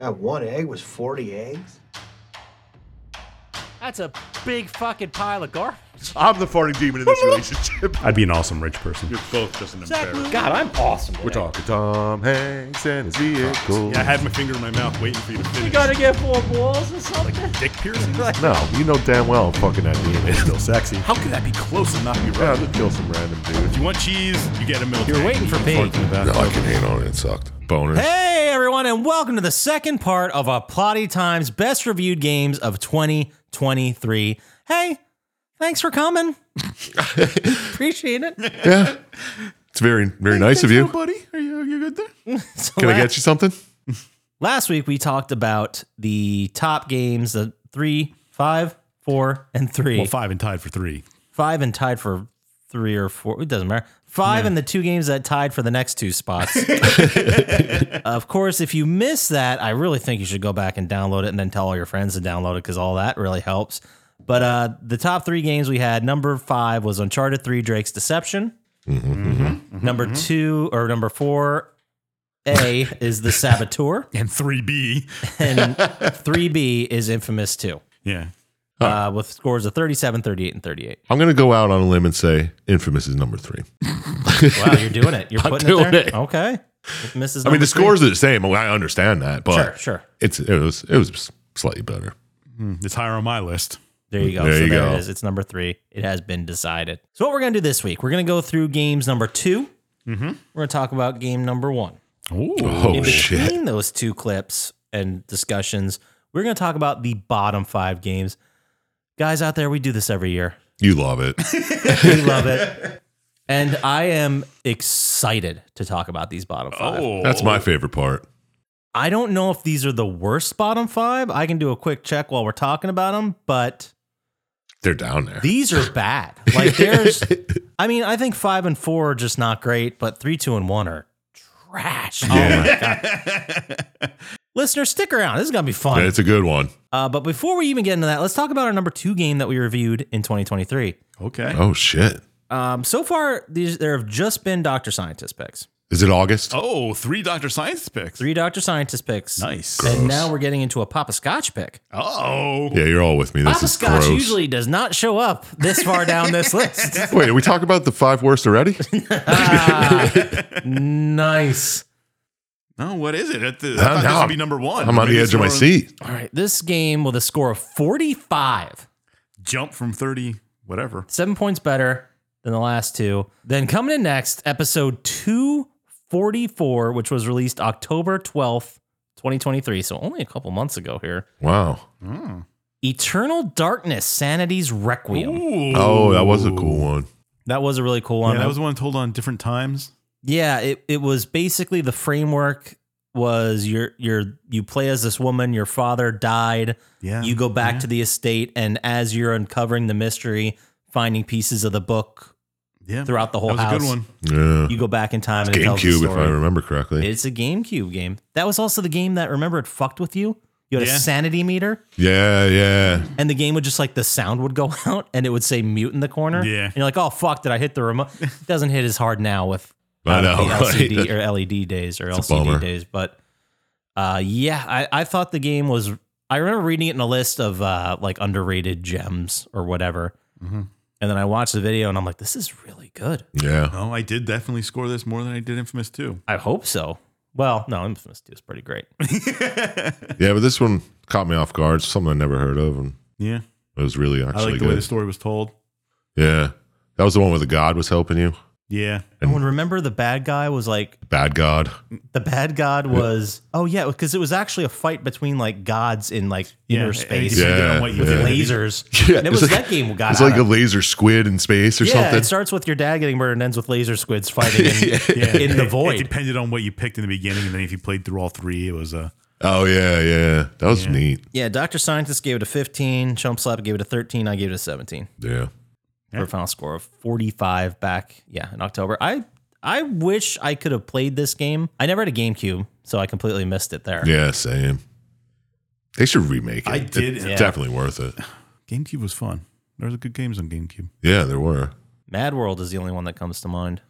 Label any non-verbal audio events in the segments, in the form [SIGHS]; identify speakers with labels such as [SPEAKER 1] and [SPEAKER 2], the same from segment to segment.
[SPEAKER 1] That one egg was 40 eggs?
[SPEAKER 2] That's a big fucking pile of garbage.
[SPEAKER 3] I'm the farting
[SPEAKER 2] [LAUGHS]
[SPEAKER 3] demon in this relationship.
[SPEAKER 4] I'd be an awesome rich person.
[SPEAKER 3] You're both just an embarrassment.
[SPEAKER 5] God, I'm awesome.
[SPEAKER 3] We're
[SPEAKER 5] today.
[SPEAKER 3] talking.
[SPEAKER 6] Tom Hanks and his vehicle.
[SPEAKER 3] Yeah, I had my finger in my mouth waiting for you to
[SPEAKER 5] You
[SPEAKER 3] finish.
[SPEAKER 5] gotta get four balls or something.
[SPEAKER 2] [LAUGHS]
[SPEAKER 3] Dick piercing?
[SPEAKER 6] No, you know damn well I'm fucking that demon is still sexy.
[SPEAKER 3] How could that be close and not be
[SPEAKER 6] Yeah,
[SPEAKER 3] right?
[SPEAKER 6] I'll just kill some random dude.
[SPEAKER 3] You want cheese? You get a milk.
[SPEAKER 2] You're
[SPEAKER 3] tank.
[SPEAKER 2] waiting for me.
[SPEAKER 6] No, I can hate on it. It sucked. Bonus.
[SPEAKER 2] Hey everyone, and welcome to the second part of our Plotty Times best reviewed games of 2023. Hey, thanks for
[SPEAKER 3] [LAUGHS]
[SPEAKER 2] coming. Appreciate it.
[SPEAKER 6] Yeah. It's very, very nice of you.
[SPEAKER 3] buddy. Are you, are you good there?
[SPEAKER 2] So
[SPEAKER 6] Can I
[SPEAKER 2] la-
[SPEAKER 6] get you something?
[SPEAKER 2] Last week we talked about the top games, the three, five, four, and three.
[SPEAKER 3] Well, five and tied for three.
[SPEAKER 2] five and tied for three or four. It doesn't matter. Five and the two games that tied for the next two spots. of course, if you miss that, I really think you should go back and download it and then tell all your friends to download it because all that really helps. But uh, the top three games we had number five was Uncharted 3 Drake's Deception. Number two or number four A is The Saboteur.
[SPEAKER 3] And three B.
[SPEAKER 2] And 3B is Infamous 2
[SPEAKER 3] Yeah.
[SPEAKER 2] uh, with scores of 37, 38, and 38.
[SPEAKER 6] I'm going to go out on a limb and say Infamous is number three.
[SPEAKER 2] Wow, you're doing it. You're
[SPEAKER 6] [LAUGHS] I'm
[SPEAKER 2] putting it
[SPEAKER 6] doing
[SPEAKER 2] there.
[SPEAKER 6] it.
[SPEAKER 2] Okay. Mrs.
[SPEAKER 6] I mean,
[SPEAKER 2] Number
[SPEAKER 6] the
[SPEAKER 2] three.
[SPEAKER 6] scores are the same. I understand that, but
[SPEAKER 2] Sure, sure.
[SPEAKER 6] it's it was it was slightly better.
[SPEAKER 3] Hmm, It's higher on my list.
[SPEAKER 2] There you go.
[SPEAKER 6] There
[SPEAKER 2] so
[SPEAKER 6] you
[SPEAKER 2] there
[SPEAKER 6] go.
[SPEAKER 2] it is. It's number three. It has been decided. So what we're gonna do this week? We're gonna go through games number 2 we We're gonna talk about game number one.
[SPEAKER 3] Ooh.
[SPEAKER 6] Mm-hmm. Oh
[SPEAKER 2] In
[SPEAKER 6] shit!
[SPEAKER 2] between those two clips and discussions, we're gonna talk about the bottom five games. Guys out there, we do this every year.
[SPEAKER 6] You love it.
[SPEAKER 2] We love it.
[SPEAKER 6] [LAUGHS]
[SPEAKER 2] And I am excited to talk about these bottom five.
[SPEAKER 3] Oh.
[SPEAKER 6] That's [LAUGHS] my favorite part.
[SPEAKER 2] I don't know if these are the worst bottom five. I can do a quick check while we're talking about them, but
[SPEAKER 6] They're down there.
[SPEAKER 2] these are
[SPEAKER 6] [LAUGHS]
[SPEAKER 2] bad. Like there's, I mean, I think five and four are just not great, but three, two, and one are trash. Oh my god! Listeners, stick around. This is gonna be
[SPEAKER 6] Yeah,
[SPEAKER 2] fun.
[SPEAKER 6] it's a good one.
[SPEAKER 2] Uh, but before we even get into that, let's talk about our number two game that we reviewed in 2023.
[SPEAKER 3] Okay.
[SPEAKER 6] Oh shit!
[SPEAKER 2] Um, so far, these there have just been Doctor Scientist picks,
[SPEAKER 6] Is it August?
[SPEAKER 3] Oh, three Dr. Science picks.
[SPEAKER 2] three Doctor Scientist picks,
[SPEAKER 3] Nice.
[SPEAKER 2] and now we're getting into a Papa Scotch pick.
[SPEAKER 3] Oh.
[SPEAKER 6] Yeah, you're all with me. This
[SPEAKER 2] Papa
[SPEAKER 6] is
[SPEAKER 2] Scotch
[SPEAKER 6] gross.
[SPEAKER 2] usually does not show up this far down
[SPEAKER 6] [LAUGHS]
[SPEAKER 2] this list.
[SPEAKER 6] Wait, are we talking about the five
[SPEAKER 2] [LAUGHS]
[SPEAKER 6] worst already?
[SPEAKER 2] nice.
[SPEAKER 3] No, what is it? That- I
[SPEAKER 6] I'm
[SPEAKER 3] thought this
[SPEAKER 6] out.
[SPEAKER 3] would be number one.
[SPEAKER 6] I'm on
[SPEAKER 3] Maybe
[SPEAKER 6] the
[SPEAKER 3] it's
[SPEAKER 6] edge of my
[SPEAKER 3] more
[SPEAKER 6] seat.
[SPEAKER 2] All right. This game with a score of 45,
[SPEAKER 3] Jump from 30, whatever.
[SPEAKER 2] seven points better than the last two. Then coming in next, episode 244, which was released October 12th, 2023. So only a couple months ago here.
[SPEAKER 6] Wow.
[SPEAKER 2] Eternal Darkness Sanity's Requiem.
[SPEAKER 6] Oh, that was a cool one.
[SPEAKER 2] That was a really cool one.
[SPEAKER 3] Yeah, that was one told on different times.
[SPEAKER 2] Yeah, it, it was basically the framework was you're you're you play as this woman, your father died,
[SPEAKER 3] Yeah.
[SPEAKER 2] you go back
[SPEAKER 3] yeah.
[SPEAKER 2] to the estate, and as you're uncovering the mystery, finding pieces of the book
[SPEAKER 3] Yeah.
[SPEAKER 2] throughout the
[SPEAKER 3] That
[SPEAKER 2] whole
[SPEAKER 3] was
[SPEAKER 2] house,
[SPEAKER 3] a good one.
[SPEAKER 6] Yeah.
[SPEAKER 2] you go back in time and it tells the
[SPEAKER 6] GameCube, if
[SPEAKER 2] story.
[SPEAKER 6] I remember correctly.
[SPEAKER 2] It's a GameCube game. That was also the game that remember it fucked with you. You had
[SPEAKER 3] Yeah.
[SPEAKER 2] a sanity meter,
[SPEAKER 6] yeah, yeah.
[SPEAKER 2] and the game would just like the sound would go [LAUGHS] out, and it would say mute in the corner.
[SPEAKER 3] Yeah.
[SPEAKER 2] and you're like, oh fuck, did I hit the remote? [LAUGHS] it doesn't hit as hard now with
[SPEAKER 6] I
[SPEAKER 2] uh,
[SPEAKER 6] know.
[SPEAKER 2] the
[SPEAKER 6] right? [LAUGHS]
[SPEAKER 2] LCD or LED days or
[SPEAKER 6] It's a
[SPEAKER 2] LCD
[SPEAKER 6] bummer.
[SPEAKER 2] days. But uh, yeah, I, I thought the game was. I remember reading it in a list of uh, like underrated gems or whatever,
[SPEAKER 6] Mm-hmm.
[SPEAKER 3] Mhm.
[SPEAKER 2] and then I watched the video and I'm like, this is really good.
[SPEAKER 6] Yeah.
[SPEAKER 3] Oh, I did definitely score this more than I did Infamous
[SPEAKER 6] [LAUGHS]
[SPEAKER 3] 2.
[SPEAKER 2] I hope so. Well, no, Infamous Two is pretty great.
[SPEAKER 6] Yeah, but this one caught me off guard. Something I never heard of. And
[SPEAKER 3] yeah.
[SPEAKER 6] it was really
[SPEAKER 3] I like
[SPEAKER 6] actually
[SPEAKER 3] the way the
[SPEAKER 6] good.
[SPEAKER 3] story was told.
[SPEAKER 6] Yeah. That was the one where the god was helping you.
[SPEAKER 3] Yeah.
[SPEAKER 2] And when remember the bad guy was like [LAUGHS]
[SPEAKER 6] Bad god. [LAUGHS]
[SPEAKER 2] the bad god was oh yeah because it was actually a fight between like gods in like
[SPEAKER 3] Yeah.
[SPEAKER 2] inner space
[SPEAKER 3] Yeah.
[SPEAKER 6] Yeah,
[SPEAKER 3] What you
[SPEAKER 6] yeah.
[SPEAKER 3] did.
[SPEAKER 2] lasers
[SPEAKER 6] [LAUGHS] Yeah,
[SPEAKER 2] and it
[SPEAKER 6] it's
[SPEAKER 2] was
[SPEAKER 6] like-
[SPEAKER 2] that game got
[SPEAKER 6] It's
[SPEAKER 2] out
[SPEAKER 6] like a
[SPEAKER 2] of-
[SPEAKER 6] laser squid in space or
[SPEAKER 2] yeah,
[SPEAKER 6] something.
[SPEAKER 2] it starts with your dad getting murdered and ends with laser
[SPEAKER 6] [LAUGHS]
[SPEAKER 2] squids fighting [LAUGHS] in,
[SPEAKER 3] Yeah.
[SPEAKER 2] in the
[SPEAKER 3] It- It
[SPEAKER 2] void.
[SPEAKER 3] depended on what you picked in the beginning. And then if you played through all three, it was uh, a.
[SPEAKER 6] Oh yeah, yeah. That was neat.
[SPEAKER 2] Yeah, Dr. Scientist gave it a 15, Chump Slap gave it a 13, I gave it a 17
[SPEAKER 6] Yeah.
[SPEAKER 2] for a final score of 45 back, yeah, in October. I I wish I could have played this game. I never had a GameCube, so I completely missed it there.
[SPEAKER 6] Yeah, same. They should remake it.
[SPEAKER 3] I did-
[SPEAKER 6] It's
[SPEAKER 3] Yeah.
[SPEAKER 6] definitely worth it.
[SPEAKER 3] GameCube was fun. There was good games on GameCube.
[SPEAKER 6] Yeah, there were.
[SPEAKER 2] Mad World is the only one that comes to mind.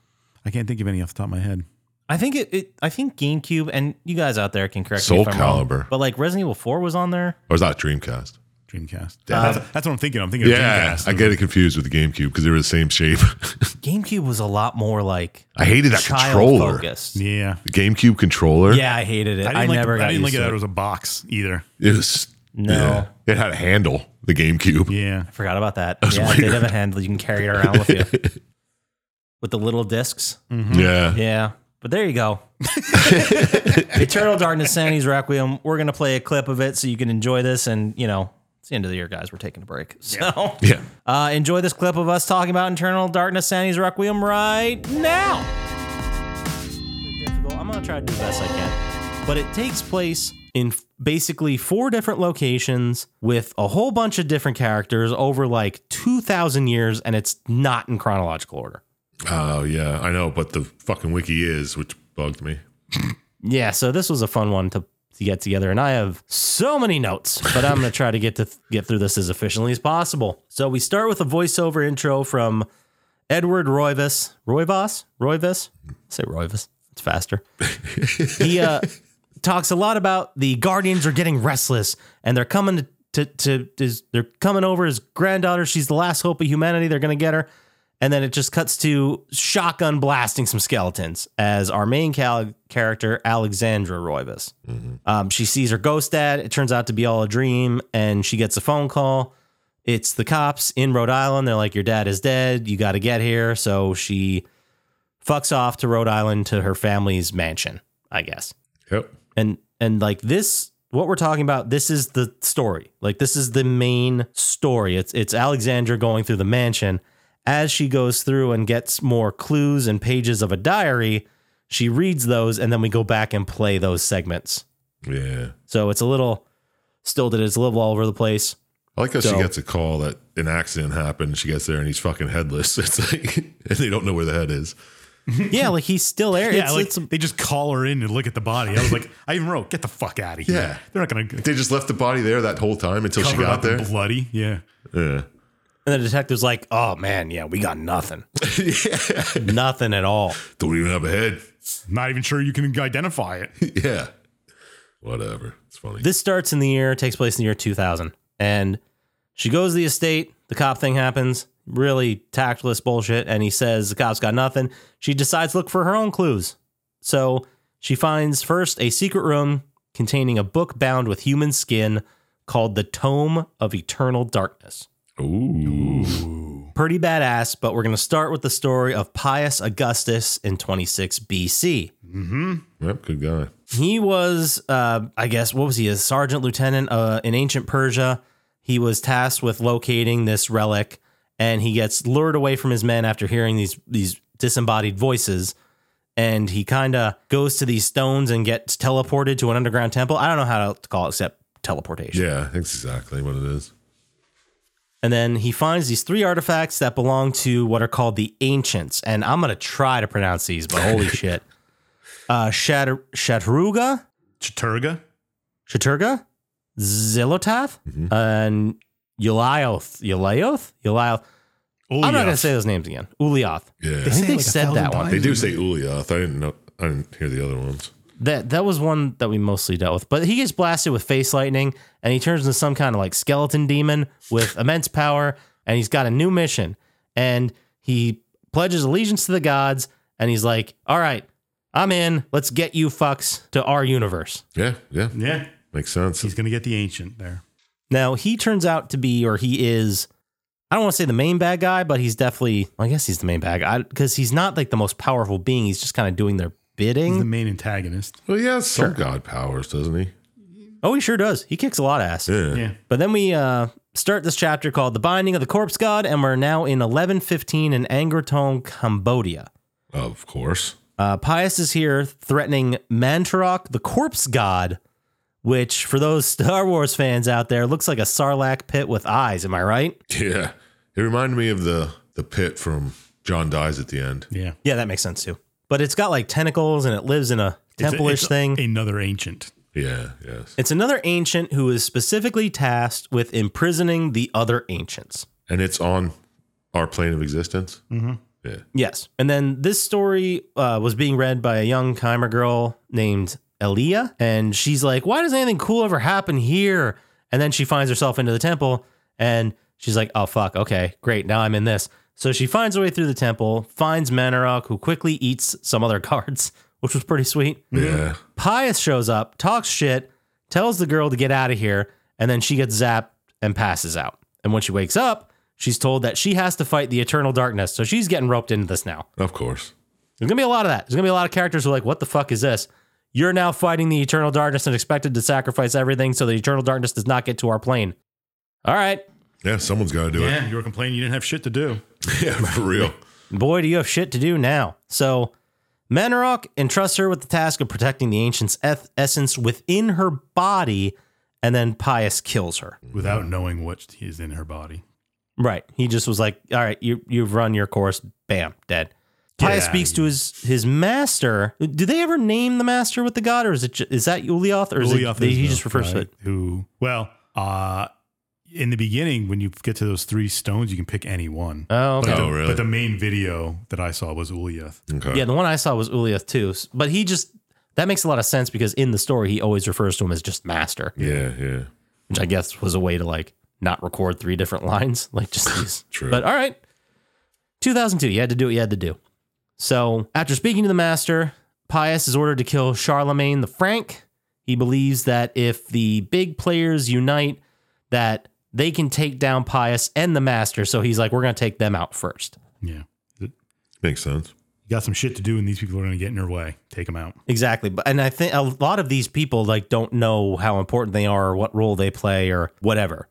[SPEAKER 3] I can't think of any off the top of my head.
[SPEAKER 2] I think it, it. I think GameCube and you guys out there can correct me
[SPEAKER 6] Soul
[SPEAKER 2] if I'm wrong,
[SPEAKER 6] Calibur.
[SPEAKER 2] but like Resident Evil Four was on there.
[SPEAKER 6] Or is that Oh, Dreamcast?
[SPEAKER 3] Dreamcast.
[SPEAKER 6] Damn.
[SPEAKER 3] that's, that's what I'm thinking. I'm thinking
[SPEAKER 6] Yeah,
[SPEAKER 3] of Dreamcast.
[SPEAKER 6] I get it confused with the GameCube because they were the same shape. [LAUGHS]
[SPEAKER 2] GameCube was a lot more like
[SPEAKER 6] I hated that
[SPEAKER 2] child
[SPEAKER 6] controller.
[SPEAKER 2] focused.
[SPEAKER 3] Yeah.
[SPEAKER 6] The GameCube controller.
[SPEAKER 2] Yeah, I hated it. I,
[SPEAKER 3] like
[SPEAKER 2] never
[SPEAKER 3] the,
[SPEAKER 2] got
[SPEAKER 3] I didn't
[SPEAKER 2] used
[SPEAKER 3] like
[SPEAKER 2] to
[SPEAKER 3] that
[SPEAKER 2] it.
[SPEAKER 3] it was a box either.
[SPEAKER 6] It was
[SPEAKER 2] No.
[SPEAKER 6] yeah. It had a handle, the GameCube.
[SPEAKER 3] Yeah.
[SPEAKER 2] Forgot about that. Yeah, they did have a handle you can carry it around with you with the little discs.
[SPEAKER 6] Mm-hmm. Yeah.
[SPEAKER 2] Mm-hmm. Yeah, but there you go. Eternal Darkness, Sanity's Requiem. We're gonna play a clip of it so you can enjoy this, and you know it's the end of the year, guys. We're taking a break, so
[SPEAKER 6] Yeah.
[SPEAKER 2] uh, enjoy this clip of us talking about Eternal Darkness, Sanity's Requiem right now. Difficult. I'm gonna try to do the best I can, but it takes place in f- basically four different locations with a whole bunch of different characters over like 2,000 years, and it's not in chronological order.
[SPEAKER 6] Oh yeah, I know, but the fucking wiki is, which bugged me.
[SPEAKER 2] Yeah, so this was a fun one to to get together, and I have so many notes, but I'm gonna try to get to get through this as efficiently as possible. So we start with a voiceover intro from Edward Roivas, Roivas, Roivas. Say Roivas. It's faster. he uh, talks a lot about the Guardians are getting restless, and they're coming to. To, to is they're coming over his granddaughter. She's the last hope of humanity. They're gonna get her, and then it just cuts to shotgun blasting some skeletons as our main cal- character Alexandra Roivas. Um, she sees her ghost dad. It turns out to be all a dream, and she gets a phone call. It's the cops in Rhode Island. They're like, "Your dad is dead. You got to get here." So she fucks off to Rhode Island to her family's mansion, I guess.
[SPEAKER 6] Yep.
[SPEAKER 2] And and like this, what we're talking about, this is the story. Like this is the main story. It's it's Alexandra going through the mansion. As she goes through and gets more clues and pages of a diary, she reads those, and then we go back and play those segments.
[SPEAKER 6] Yeah.
[SPEAKER 2] So it's a little still that it's a little all over the place.
[SPEAKER 6] I like how
[SPEAKER 2] So-
[SPEAKER 6] she gets a call that an accident happened. She gets there and he's fucking headless. [LAUGHS] It's like, and they don't know where the head is.
[SPEAKER 2] Yeah, like he's still there.
[SPEAKER 3] Yeah,
[SPEAKER 2] it's,
[SPEAKER 3] like
[SPEAKER 2] it's-
[SPEAKER 3] they just call her in and look at the body. I was
[SPEAKER 6] [LAUGHS]
[SPEAKER 3] like, I even wrote, "Get the fuck out of here."
[SPEAKER 6] Yeah.
[SPEAKER 3] they're not gonna
[SPEAKER 6] They just left the body there that whole time until she
[SPEAKER 3] cover
[SPEAKER 6] got
[SPEAKER 3] up
[SPEAKER 6] there.
[SPEAKER 3] and bloody. Yeah,
[SPEAKER 6] yeah. [LAUGHS]
[SPEAKER 2] and the detective's like, "Oh man, yeah, we got
[SPEAKER 3] [LAUGHS]
[SPEAKER 2] nothing, nothing at all."
[SPEAKER 6] Don't even have a head.
[SPEAKER 3] not even sure you can identify
[SPEAKER 6] [LAUGHS]
[SPEAKER 3] it.
[SPEAKER 6] Yeah. Whatever. It's funny.
[SPEAKER 2] This starts in the year, takes place in the year 2000. And she goes to the estate. The cop thing happens. Really tactless bullshit. And he says the cop's got nothing. She decides to look for her own clues. So she finds first a secret room containing a book bound with human skin called The Tome of Eternal Darkness.
[SPEAKER 6] Ooh.
[SPEAKER 2] Pretty badass, but we're going to start with the story of Pius Augustus in 26 BC.
[SPEAKER 3] Mm-hmm.
[SPEAKER 6] Yep. Good guy.
[SPEAKER 2] He was, uh, I guess, what was he? A sergeant lieutenant uh, in ancient Persia. He was tasked with locating this relic, and he gets lured away from his men after hearing these these disembodied voices. And he kind of goes to these stones and gets teleported to an underground temple. I don't know how to call it except teleportation.
[SPEAKER 6] Yeah. That's exactly what it is.
[SPEAKER 2] And then he finds these three artifacts that belong to what are called the ancients. And I'm going to try to pronounce these, but holy shit. Uh, Shatter- Shatruga,
[SPEAKER 3] Chaturga,
[SPEAKER 2] Shaturga, Zilotath, and Ulioth. Ulioth? Ulioth.
[SPEAKER 3] oh,
[SPEAKER 2] I'm not going to say those names again. Ulioth.
[SPEAKER 6] Yeah.
[SPEAKER 2] I think they said that one.
[SPEAKER 6] They do say Ulioth. I didn't know. I didn't hear the other ones.
[SPEAKER 2] That that was one that we mostly dealt with. But he gets blasted with face lightning and he turns into some kind of like skeleton demon with [LAUGHS] immense power and he's got a new mission. And he pledges allegiance to the gods and he's like, "All right, I'm in. Let's get you fucks to our universe."
[SPEAKER 6] Yeah. Yeah.
[SPEAKER 3] Yeah,
[SPEAKER 6] Makes sense.
[SPEAKER 3] he's gonna get the ancient there.
[SPEAKER 2] Now he turns out to be, or he is, I don't want to say the main bad guy, but he's definitely, I guess he's the main bad guy because he's not like the most powerful being. He's just kind of doing their
[SPEAKER 3] He's the
[SPEAKER 2] bidding.
[SPEAKER 3] main antagonist.
[SPEAKER 6] Well, he has some god powers, doesn't he?
[SPEAKER 2] Oh, he sure does. He kicks a lot of ass.
[SPEAKER 6] Yeah.
[SPEAKER 3] Yeah,
[SPEAKER 2] But then we uh, start this chapter called "The Binding of the Corpse God," and we're now in 1115 in Angkor Cambodia.
[SPEAKER 6] Of course. [LAUGHS]
[SPEAKER 2] Uh, Pius is here threatening Mantarok, the corpse god, which, for those [LAUGHS] Star Wars fans out there, looks like a sarlacc pit with eyes. Am I right?
[SPEAKER 6] Yeah. It reminded me of the the pit from John Dies at the end.
[SPEAKER 3] yeah.
[SPEAKER 2] Yeah, that makes sense too. But it's got like tentacles and it lives in a
[SPEAKER 3] It's a-
[SPEAKER 2] temple ish
[SPEAKER 3] it's
[SPEAKER 2] thing.
[SPEAKER 3] Another ancient.
[SPEAKER 6] Yeah. Yes.
[SPEAKER 2] it's another ancient who is specifically tasked with imprisoning the other ancients.
[SPEAKER 6] And it's on our plane of existence. Mm-hmm.
[SPEAKER 2] Yes. And then this story uh, was being read by a young Keimer girl named Elia. And she's like, why does anything cool ever happen here? And then she finds herself into the temple and she's like, oh, fuck. Okay, great. Now I'm in this. So she finds her way through the temple, finds Manarok, who quickly eats some other [LAUGHS] guards, which was pretty sweet.
[SPEAKER 6] Yeah.
[SPEAKER 2] Pius shows up, talks shit, tells the girl to get out of here, and then she gets zapped and passes out. And when she wakes up, she's told that she has to fight the eternal darkness. So she's getting roped into this now.
[SPEAKER 6] Of course.
[SPEAKER 2] There's gonna be a lot of that. There's gonna be a lot of characters who are like, what the fuck is this? You're now fighting the eternal darkness and expected to sacrifice everything so the eternal darkness does not get to our plane. All right.
[SPEAKER 6] Yeah, someone's got to do
[SPEAKER 3] Yeah, you were complaining you didn't have shit to do.
[SPEAKER 6] it. [LAUGHS] Yeah, for real.
[SPEAKER 2] Boy, do you have shit to do now. So Manarok entrusts her with the task of protecting the ancient's eth- essence within her body, and then Pius kills her.
[SPEAKER 3] Without knowing what is in her body.
[SPEAKER 2] Right. He just was like, "All right, you you've run your course. Bam, dead."
[SPEAKER 3] Get
[SPEAKER 2] Pius
[SPEAKER 3] outta
[SPEAKER 2] speaks to his his master. Do they ever name the master with the god, or is it ju- is that Ulioth, or is
[SPEAKER 3] Ulioth
[SPEAKER 2] it, they- he
[SPEAKER 3] Ismail,
[SPEAKER 2] just refers to
[SPEAKER 3] right,
[SPEAKER 2] it?
[SPEAKER 3] Who? Well, uh, in the beginning, when you get to those three stones, you can pick any one.
[SPEAKER 2] Oh, okay.
[SPEAKER 3] But,
[SPEAKER 6] Oh,
[SPEAKER 3] the,
[SPEAKER 6] really?
[SPEAKER 3] but the main video that I saw was Ulyath.
[SPEAKER 6] Okay.
[SPEAKER 2] yeah, the one I saw was Ulioth too, s- but he just that makes a lot of sense because in the story he always refers to him as just master,
[SPEAKER 6] Yeah, yeah.
[SPEAKER 2] which I guess was a way to like not record three different [LAUGHS] lines, like just these.
[SPEAKER 6] True.
[SPEAKER 2] But all right. 2002, you had to do what you had to do. So, after speaking to the master, Pius is ordered to kill Charlemagne the Frank. He believes that if the big players unite, that they can take down Pius and the master. So he's like, we're going to take them out first.
[SPEAKER 3] Yeah.
[SPEAKER 6] Makes sense.
[SPEAKER 3] You got some shit to do, and these people are going to get in your way. Take them out.
[SPEAKER 2] Exactly. But and I think a lot of these people like don't know how important they are or what role they play or whatever.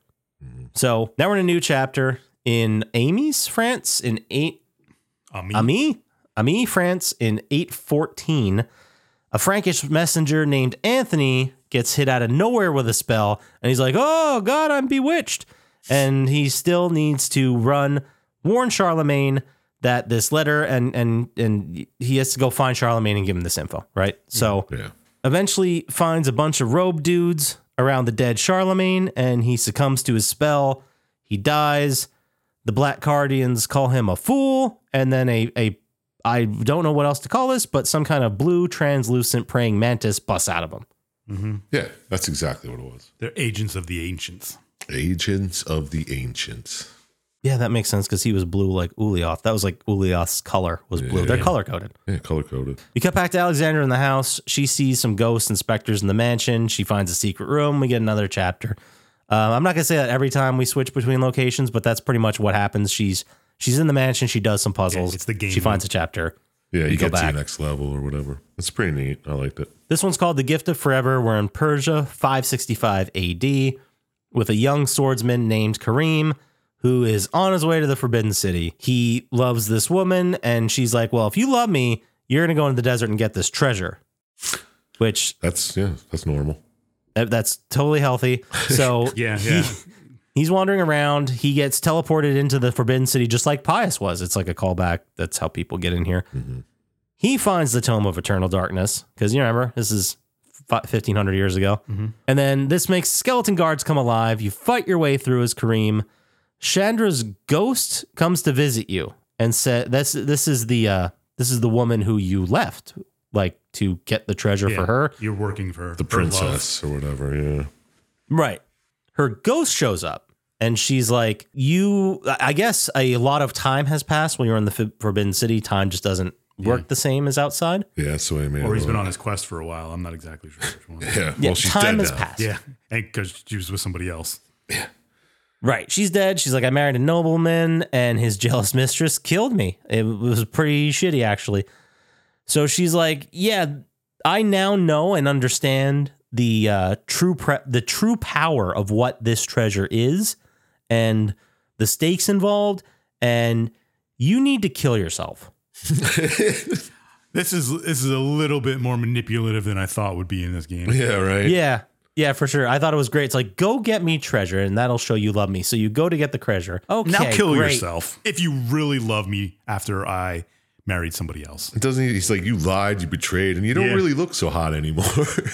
[SPEAKER 2] So, now we're in a new chapter in Amy's France in 8
[SPEAKER 3] Ami.
[SPEAKER 2] Ami, Ami, France, in 814, a Frankish messenger named Anthony gets hit out of nowhere with a spell, and he's like, "Oh God, I'm bewitched," and he still needs to run, warn Charlemagne that this letter, and and and he has to go find Charlemagne and give him this info, right? So
[SPEAKER 6] Yeah.
[SPEAKER 2] eventually finds a bunch of robe dudes around the dead Charlemagne and he succumbs to his spell. He dies. The Black Guardians call him a fool and then a a I don't know what else to call this, but some kind of blue translucent praying mantis busts out of him.
[SPEAKER 6] Yeah, that's exactly what it was.
[SPEAKER 3] They're agents of the ancients.
[SPEAKER 6] Agents of the Ancients.
[SPEAKER 2] Yeah, that makes sense because he was blue like Ulioth. That was like Ulioth's color was blue. They're color coded.
[SPEAKER 6] Yeah, color coded.
[SPEAKER 2] We cut back to Alexander in the house. She sees some ghosts and specters in the mansion. She finds a secret room. We get another chapter. Um, I'm not gonna say that every time we switch between locations, but that's pretty much what happens. She's she's in the mansion. She does some puzzles.
[SPEAKER 3] Yeah, it's the game
[SPEAKER 2] She finds a chapter.
[SPEAKER 6] Yeah, you,
[SPEAKER 2] You go
[SPEAKER 6] get to
[SPEAKER 2] back.
[SPEAKER 6] your next level or whatever. It's pretty neat. I liked it.
[SPEAKER 2] This one's called The Gift of Forever. We're in Persia, 565 AD, with a young swordsman named Kareem who is on his way to the Forbidden City. He loves this woman, and she's like, Well, if you love me, you're going to go into the desert and get this treasure. Which
[SPEAKER 6] That's yeah, that's normal.
[SPEAKER 2] That- That's totally healthy. So
[SPEAKER 3] [LAUGHS] Yeah,
[SPEAKER 2] he-
[SPEAKER 3] yeah.
[SPEAKER 2] he's wandering around. He gets teleported into the Forbidden City, just like Pius was. It's like a callback. That's how people get in here.
[SPEAKER 3] Mm-hmm.
[SPEAKER 2] He finds the Tome of Eternal Darkness because you remember this is fi- 1500 years ago.
[SPEAKER 3] Mm-hmm.
[SPEAKER 2] And then this makes skeleton guards come alive. You fight your way through as Kareem. Chandra's ghost comes to visit you and said, "This this is the uh, this is the woman who you left, like to get the treasure
[SPEAKER 3] Yeah.
[SPEAKER 2] for her."
[SPEAKER 3] You're working for her
[SPEAKER 6] The princess or whatever. Yeah.
[SPEAKER 2] Right. Her ghost shows up and she's like, You, I guess a lot of time has passed when you're in the Fib- Forbidden City. Time just doesn't work the same as outside.
[SPEAKER 6] Yeah, that's the way I made it.
[SPEAKER 3] Or he's been
[SPEAKER 6] look.
[SPEAKER 3] on his quest for a while. I'm not exactly sure
[SPEAKER 2] [LAUGHS]
[SPEAKER 3] which one.
[SPEAKER 6] Yeah,
[SPEAKER 2] Yeah,
[SPEAKER 6] well, she's
[SPEAKER 2] time
[SPEAKER 6] dead
[SPEAKER 2] has
[SPEAKER 6] now.
[SPEAKER 2] passed.
[SPEAKER 3] yeah. And because she was with somebody else.
[SPEAKER 2] Right. She's dead. She's like, I married a nobleman and his [LAUGHS] jealous mistress killed me. It was pretty shitty, actually. So she's like, Yeah, I now know and understand the uh, true pre- the true power of what this treasure is and the stakes involved. And you need to kill yourself.
[SPEAKER 3] This is this is a little bit more manipulative than I thought would be in
[SPEAKER 2] [LAUGHS]
[SPEAKER 3] this game.
[SPEAKER 6] [LAUGHS] Yeah, right.
[SPEAKER 2] Yeah. Yeah, for sure. I thought it was great. It's like, go get me treasure, and that'll show you love me. So you go to get the treasure. Okay.
[SPEAKER 3] Now kill
[SPEAKER 2] great.
[SPEAKER 3] yourself if you really love me after I married somebody else.
[SPEAKER 6] It doesn't. He, he's like, you lied, you betrayed, and you don't
[SPEAKER 3] Yeah.
[SPEAKER 6] really look so hot anymore.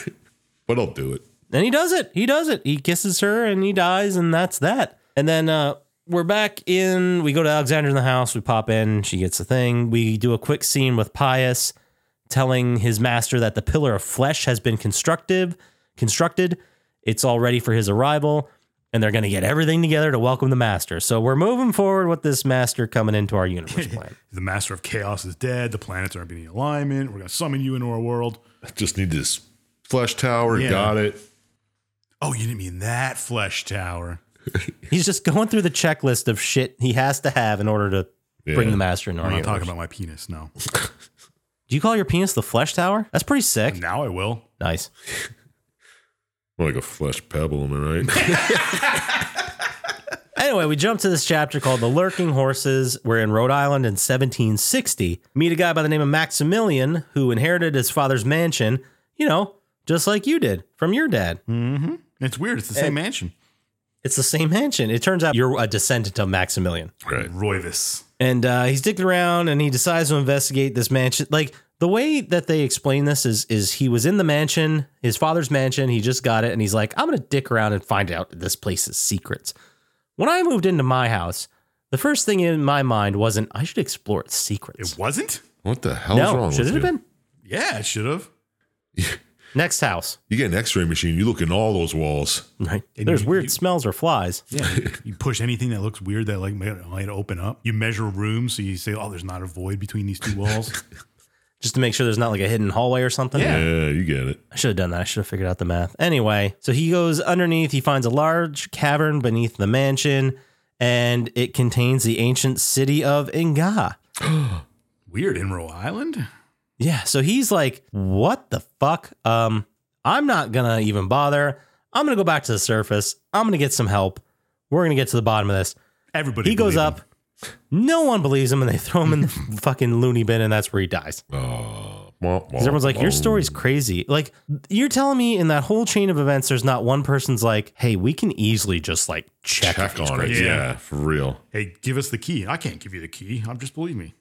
[SPEAKER 6] [LAUGHS] but I'll do it.
[SPEAKER 2] And he does it. He does it. He kisses her and he dies, and that's that. And then uh, we're back in. We go to Alexander in the house. We pop in. She gets the thing. We do a quick scene with Pius telling his master that the pillar of flesh has been constructive, constructed. It's all ready for his arrival, and they're going to get everything together to welcome the master. So we're moving forward with this master coming into our universe plan.
[SPEAKER 3] The master of chaos is dead. The planets aren't being in alignment. We're going to summon you into our world.
[SPEAKER 6] Just need this flesh tower.
[SPEAKER 3] Yeah.
[SPEAKER 6] Got it.
[SPEAKER 3] Oh, you didn't mean that flesh tower.
[SPEAKER 2] He's just going through the checklist of shit he has to have in order to bring
[SPEAKER 6] Yeah.
[SPEAKER 2] the master into our
[SPEAKER 3] I'm not
[SPEAKER 2] universe.
[SPEAKER 3] talking about my penis. No.
[SPEAKER 2] do you call your penis the flesh tower? That's pretty sick.
[SPEAKER 3] now I will.
[SPEAKER 2] Nice.
[SPEAKER 6] More like a flesh pebble, am I right? [LAUGHS]
[SPEAKER 2] Anyway, we jump to this chapter called The Lurking Horses. We're in Rhode Island in 1760. Meet a guy by the name of Maximilian who inherited his father's mansion, you know, just like you did from your dad.
[SPEAKER 3] It's weird. It's the same
[SPEAKER 2] Eh.
[SPEAKER 3] mansion.
[SPEAKER 2] It's the same mansion. It turns out you're a descendant of Maximilian.
[SPEAKER 6] right.
[SPEAKER 3] Roivis.
[SPEAKER 2] And uh, he's dicking around and he decides to investigate this mansion. Like the way that they explain this is is he was in the mansion, his father's mansion, he just got it, and he's like, I'm gonna dick around and find out this place's secrets. When I moved into my house, the first thing in my mind wasn't I should explore its secrets.
[SPEAKER 3] It wasn't?
[SPEAKER 6] What the hell's
[SPEAKER 2] no,
[SPEAKER 6] wrong
[SPEAKER 2] should
[SPEAKER 6] with
[SPEAKER 2] it have
[SPEAKER 6] you?
[SPEAKER 2] been?
[SPEAKER 3] Yeah, it should have.
[SPEAKER 2] Next house.
[SPEAKER 6] You get an x-ray machine, you look in all those walls.
[SPEAKER 2] Right.
[SPEAKER 3] And
[SPEAKER 2] There's
[SPEAKER 3] you-
[SPEAKER 2] weird
[SPEAKER 3] you-
[SPEAKER 2] smells or flies.
[SPEAKER 3] Yeah, you- you push anything that looks weird that like might, might open up. You measure rooms, so you say, "Oh, there's not a void between
[SPEAKER 2] [LAUGHS]
[SPEAKER 3] these two walls."
[SPEAKER 2] Just to make sure there's not like a hidden hallway or something.
[SPEAKER 3] Yeah.
[SPEAKER 6] Yeah, you get it.
[SPEAKER 2] I should have done that. I should have figured out the math. Anyway, so he goes underneath. He finds a large cavern beneath the mansion, and it contains the ancient city of Inga.
[SPEAKER 3] weird in Rhode Island.
[SPEAKER 2] Yeah. So he's like, "What the fuck? Um, I'm not gonna even bother. I'm gonna go back to the surface. I'm gonna get some help. We're gonna get to the bottom of this."
[SPEAKER 3] Everybody.
[SPEAKER 2] He goes
[SPEAKER 3] believed
[SPEAKER 2] up. No one believes him, and they throw him in the [LAUGHS] fucking loony bin, and that's where he dies.
[SPEAKER 6] Oh, wah, wah,
[SPEAKER 2] Because everyone's like,
[SPEAKER 6] wah.
[SPEAKER 2] your story's crazy. Like, you're telling me in that whole chain of events, there's not one person's like, hey, we can easily just like check,
[SPEAKER 6] check
[SPEAKER 2] if it's
[SPEAKER 6] on it.
[SPEAKER 2] crazy."
[SPEAKER 6] Yeah.
[SPEAKER 3] Yeah.
[SPEAKER 6] for real.
[SPEAKER 3] him. Hey, give us the key. I can't give you the key. I'm just believe me.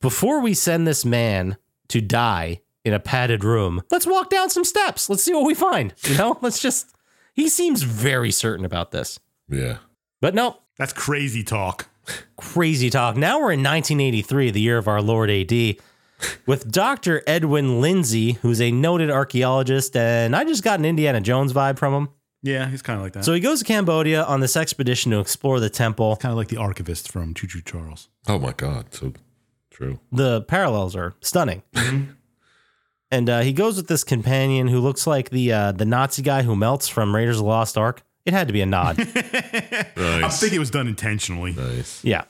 [SPEAKER 2] Before we send this man to die in a padded room, let's walk down some steps. Let's see what we find. You know, [LAUGHS] let's just, he seems very certain about this.
[SPEAKER 6] Yeah.
[SPEAKER 2] But no,
[SPEAKER 3] That's crazy talk.
[SPEAKER 2] crazy talk. Now we're in 1983, the year of our Lord AD, with [LAUGHS] Dr. Edwin Lindsay, who's a noted archaeologist. And I just got an Indiana Jones vibe from him.
[SPEAKER 3] Yeah, he's kind of like that.
[SPEAKER 2] So he goes to Cambodia on this expedition to explore the temple.
[SPEAKER 3] kind of like the archivist from Choo Choo Charles.
[SPEAKER 6] Oh my god, so true.
[SPEAKER 2] The parallels are stunning.
[SPEAKER 3] Mm-hmm.
[SPEAKER 2] and uh, he goes with this companion who looks like the uh, the Nazi guy who melts from Raiders of the Lost Ark. It had to be a
[SPEAKER 3] [LAUGHS]
[SPEAKER 2] nod.
[SPEAKER 3] I
[SPEAKER 6] Nice.
[SPEAKER 3] think it was done intentionally.
[SPEAKER 6] nice.
[SPEAKER 2] yeah.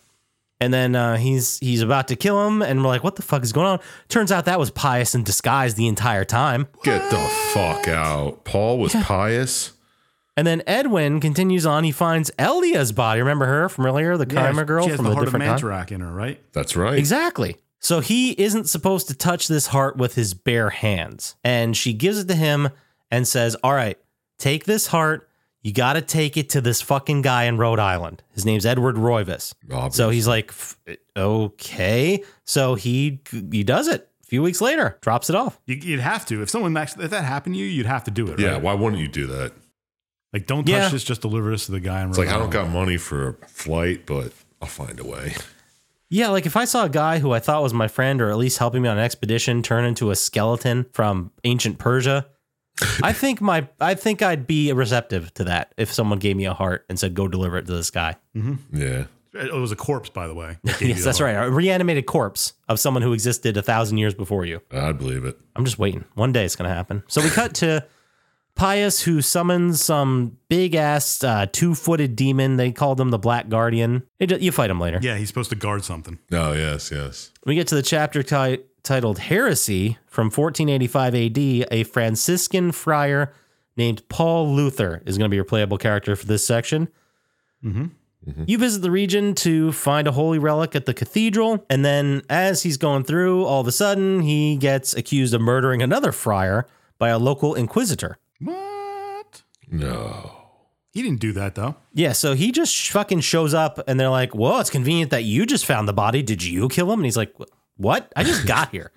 [SPEAKER 2] And then uh, he's he's about to kill him, and we're like, "What the fuck is going on?" Turns out that was Pius in disguise the entire time.
[SPEAKER 6] Get the fuck out. Paul was pious.
[SPEAKER 2] And then Edwin continues on. He finds Elia's body. Remember her from earlier, the Karma
[SPEAKER 3] Yeah,
[SPEAKER 2] girl
[SPEAKER 3] she has
[SPEAKER 2] from
[SPEAKER 3] the
[SPEAKER 2] a
[SPEAKER 3] heart of
[SPEAKER 2] different time.
[SPEAKER 3] Mantarak in her, right?
[SPEAKER 6] That's right.
[SPEAKER 2] Exactly. So he isn't supposed to touch this heart with his bare hands. And she gives it to him and says, All right, take this heart. You got to take it to this fucking guy in Rhode Island. His name's Edward Roivas.
[SPEAKER 6] Obvious.
[SPEAKER 2] So he's like, "F- eh, Okay. So he he does it. A few weeks later, drops it off.
[SPEAKER 3] You, you'd have to if someone actually, if that happened to you, you'd have to do it.
[SPEAKER 6] yeah,
[SPEAKER 3] right?
[SPEAKER 6] why wouldn't you do that?
[SPEAKER 3] like don't touch
[SPEAKER 2] Yeah.
[SPEAKER 3] this. Just deliver this to the guy. In
[SPEAKER 6] It's like I don't got money for a flight, but I'll find a way.
[SPEAKER 2] Yeah, like if I saw a guy who I thought was my friend or at least helping me on an expedition turn into a skeleton from ancient Persia, I think my I think I'd be receptive to that if someone gave me a heart and said go deliver it to this guy.
[SPEAKER 6] Yeah.
[SPEAKER 3] It was a corpse, by the
[SPEAKER 6] [LAUGHS]
[SPEAKER 3] way.
[SPEAKER 2] yes, that's right. A reanimated corpse of someone who existed a thousand years before you.
[SPEAKER 6] I'd believe it.
[SPEAKER 2] I'm just waiting. One day it's going to happen. So we cut to Pius, who summons some big ass uh, two footed demon. They called him the Black Guardian. It- you fight him later.
[SPEAKER 3] Yeah, he's supposed to guard something.
[SPEAKER 6] Oh yes, yes.
[SPEAKER 2] We get to the chapter ti- titled Heresy from 1485 AD. A Franciscan friar named Paul Luther is going to be your playable character for this section. You visit the region to find a holy relic at the cathedral, and then as he's going through, all of a sudden he gets accused of murdering another friar by a local inquisitor.
[SPEAKER 3] What?
[SPEAKER 6] No.
[SPEAKER 3] He didn't do that though.
[SPEAKER 2] Yeah, so he just sh- fucking shows up, and they're like, "Well, it's convenient that you just found the body. Did you kill him?" And he's like, "Wh- "What? I just got [LAUGHS] here."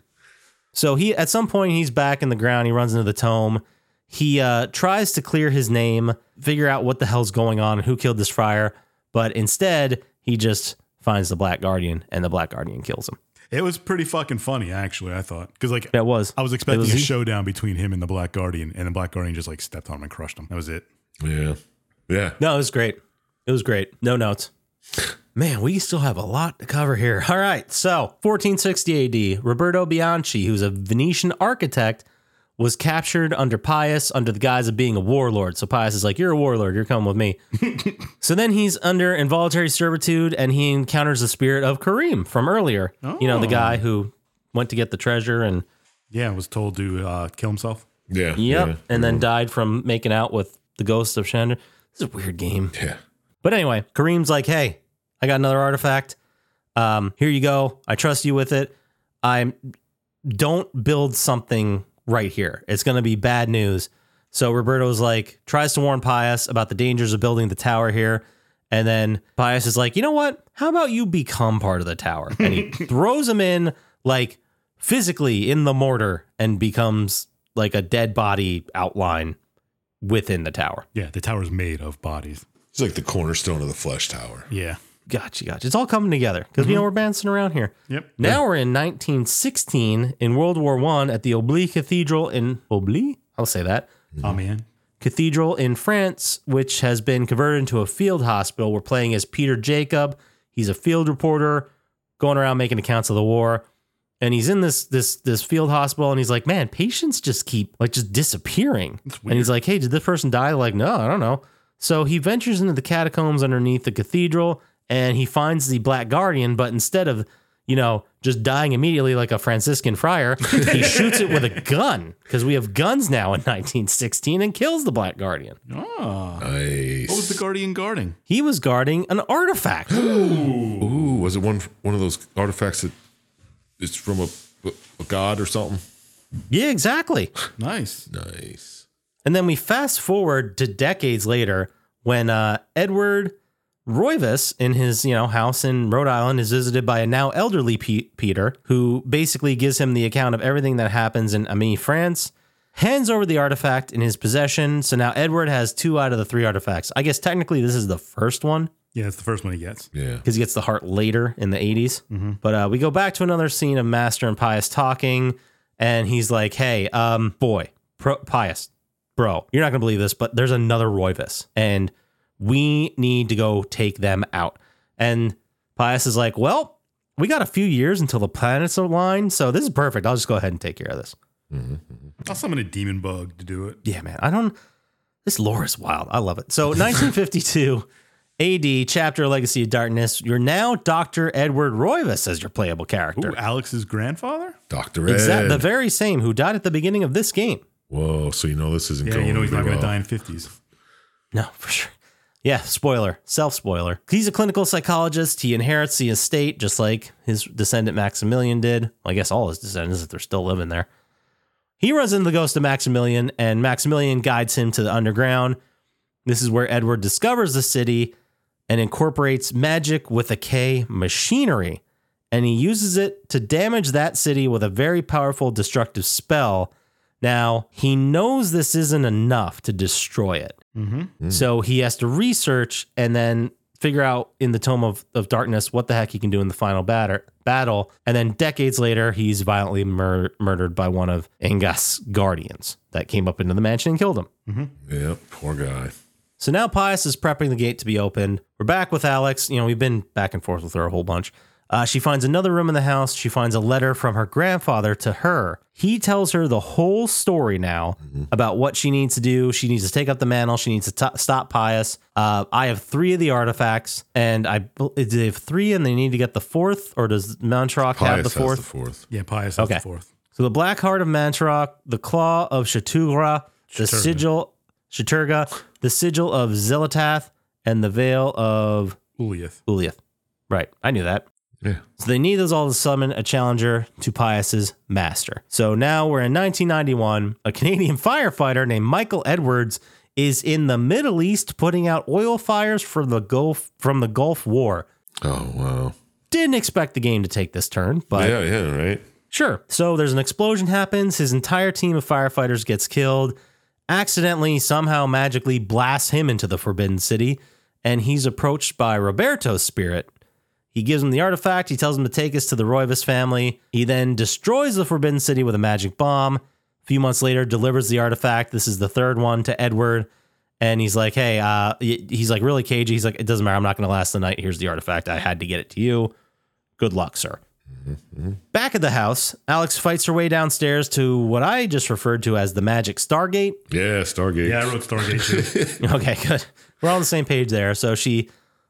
[SPEAKER 2] So he, at some point, he's back in the ground. He runs into the tome. He uh, tries to clear his name, figure out what the hell's going on, and who killed this friar. But instead, he just finds the Black Guardian and the Black Guardian kills him.
[SPEAKER 3] It was pretty fucking funny, actually. I thought because like
[SPEAKER 2] That was.
[SPEAKER 3] I was expecting
[SPEAKER 2] was
[SPEAKER 3] a
[SPEAKER 2] he-
[SPEAKER 3] showdown between him and the Black Guardian, and the Black Guardian just like stepped on him and crushed him. That was it.
[SPEAKER 6] Yeah. Yeah.
[SPEAKER 2] No, it was great. It was great. No notes. Man, we still have a lot to cover here. [LAUGHS] All right. So, 1460 AD, Roberto Bianchi, who's a Venetian architect, was captured under Pius under the guise of being a warlord. So Pius is like, "You're a warlord. You're coming with me." so then he's under involuntary servitude, and he encounters the spirit of Kareem from earlier. You know, the
[SPEAKER 3] Oh.
[SPEAKER 2] guy who went to get the treasure and
[SPEAKER 3] Yeah, was told to uh, kill himself.
[SPEAKER 6] Yeah.
[SPEAKER 2] yep,
[SPEAKER 6] Yeah.
[SPEAKER 2] and then died from making out with the ghost of Shander. This is a weird game.
[SPEAKER 6] Yeah.
[SPEAKER 2] But anyway, Kareem's like, hey, I got another artifact. Um, here you go. I trust you with it. I'm don't build something right here. It's gonna be bad news. So Roberto's like tries to warn Pius about the dangers of building the tower here. And then Pius is like, you know what? How about you become part of the tower? And he throws him in like physically in the mortar and becomes like a dead body outline within the tower.
[SPEAKER 3] Yeah, the tower's made of bodies.
[SPEAKER 6] It's like the cornerstone of the flesh tower.
[SPEAKER 3] Yeah.
[SPEAKER 2] Gotcha, gotcha. It's all coming together because you know we're bouncing around here.
[SPEAKER 3] Yep.
[SPEAKER 2] Now we're in 1916 in World War One at the Obli Cathedral in Obli. I'll say that
[SPEAKER 3] Oh man.
[SPEAKER 2] cathedral in France, which has been converted into a field hospital. We're playing as Peter Jacob. He's a field reporter going around making accounts of the war. And he's in this this this field hospital and he's like, Man, patients just keep like just disappearing. And he's like, Hey, did this person die? They're like, no, I don't know. So he ventures into the catacombs underneath the cathedral and he finds the Black Guardian, but instead of you know, just dying immediately like a Franciscan friar. He shoots it with a gun because we have guns now in [LAUGHS] 1916 and kills the Black Guardian.
[SPEAKER 3] Ah.
[SPEAKER 6] Nice.
[SPEAKER 3] What
[SPEAKER 2] Oh,
[SPEAKER 3] was the guardian guarding?
[SPEAKER 2] He was guarding an artifact. [GASPS]
[SPEAKER 6] Ooh, was it one one of those artifacts that is from a, a god or something?
[SPEAKER 2] yeah, exactly.
[SPEAKER 3] Nice.
[SPEAKER 6] Nice.
[SPEAKER 2] And then we fast forward to decades later when uh, Edward Roivas in his you know house in Rhode Island is visited by a now elderly Pe- Peter who basically gives him the account of everything that happens in Ami, France. Hands over the artifact in his possession. So now Edward has two out of the three artifacts. I guess technically this is the first one
[SPEAKER 3] Yeah, that's the first one he gets.
[SPEAKER 6] Yeah.
[SPEAKER 2] because he gets the heart later in the 80s. But uh, we go back to another scene of Master and Pius talking, and he's like, "Hey, um, boy, pro- Pius, bro, you're not gonna believe this, but there's another Roivus, and we need to go take them out." And Pius is like, "Well, we got a few years until the planets align, so this is perfect. I'll just go ahead and take care of this."
[SPEAKER 3] I'll summon a demon bug to do it.
[SPEAKER 2] Yeah, man. I don't. This lore is wild. I love it. So, 1952 AD, chapter Legacy of Darkness. You're now Dr. Edward Roivas as your playable character.
[SPEAKER 3] Ooh, Alex's grandfather?
[SPEAKER 6] Doctor Ed.
[SPEAKER 2] Exactly. The very same who died at the beginning of this game.
[SPEAKER 6] Whoa. So you know this isn't
[SPEAKER 3] Yeah,
[SPEAKER 6] going.
[SPEAKER 3] you know he's not
[SPEAKER 6] very
[SPEAKER 3] going to
[SPEAKER 6] well.
[SPEAKER 3] die in 50s.
[SPEAKER 2] No, for sure. Yeah, spoiler, self spoiler. He's a clinical psychologist. He inherits the estate just like his descendant Maximilian did. Well, I guess all his descendants, if they're still living there. He runs into the ghost of Maximilian, and Maximilian guides him to the underground. This is where Edward discovers the city and incorporates magic with a K machinery. And he uses it to damage that city with a very powerful destructive spell. Now, he knows this isn't enough to destroy it.
[SPEAKER 3] Mm-hmm.
[SPEAKER 2] So he has to research and then figure out in the Tome of, of Darkness what the heck he can do in the final batter, battle. And then decades later, he's violently mur- murdered by one of Engas' guardians that came up into the mansion and killed him.
[SPEAKER 6] Yeah. Poor guy.
[SPEAKER 2] So now Pius is prepping the gate to be opened. We're back with Alex. You know, we've been back and forth with her a whole bunch. Uh, she finds another room in the house. She finds a letter from her grandfather to her. He tells her the whole story now
[SPEAKER 6] Mm-hmm.
[SPEAKER 2] about what she needs to do. She needs to take up the mantle. She needs to to- stop Pius. Uh, I have three of the artifacts, and I bel- they have three, and they need to get the fourth. Or does Montrock have
[SPEAKER 6] Pius
[SPEAKER 2] the fourth?
[SPEAKER 6] Has the fourth.
[SPEAKER 3] Yeah, Pius has
[SPEAKER 2] Okay.
[SPEAKER 3] the fourth.
[SPEAKER 2] So the Black Heart of Mantarok, the Claw of Shatura, the
[SPEAKER 3] Shaturga.
[SPEAKER 2] Sigil Shaturga, the Sigil of Zelatath, and the Veil of
[SPEAKER 3] Uliath.
[SPEAKER 2] Uliath. Right, I knew that.
[SPEAKER 6] Yeah.
[SPEAKER 2] So they need us all to summon a challenger to Pius's master. So now we're in 1991. A Canadian [LAUGHS] firefighter named Michael Edwards is in the Middle East putting out oil fires from the Gulf from the Gulf War.
[SPEAKER 6] Oh wow.
[SPEAKER 2] Didn't expect the game to take this turn, but
[SPEAKER 6] Yeah. Yeah. Right.
[SPEAKER 2] Sure. So there's an explosion happens, his entire team of firefighters gets killed, accidentally somehow magically blasts him into the Forbidden City, and he's approached by Roberto's spirit. He gives him the artifact. He tells him to take us to the Roivas family. He then destroys the Forbidden City with a magic bomb. A few months later, delivers the artifact. This is the third one to Edward. And he's like, hey, uh, y- he's like really cagey. He's like, it doesn't matter. I'm not going to last the night. Here's the artifact. I had to get it to you. Good luck, sir. Back at the house, Alex fights her way downstairs to what I just referred to as the magic Stargate. [LAUGHS]
[SPEAKER 6] Yeah, Stargate.
[SPEAKER 3] Yeah, I wrote Stargate too.
[SPEAKER 2] Okay, good. We're on the same page there. So she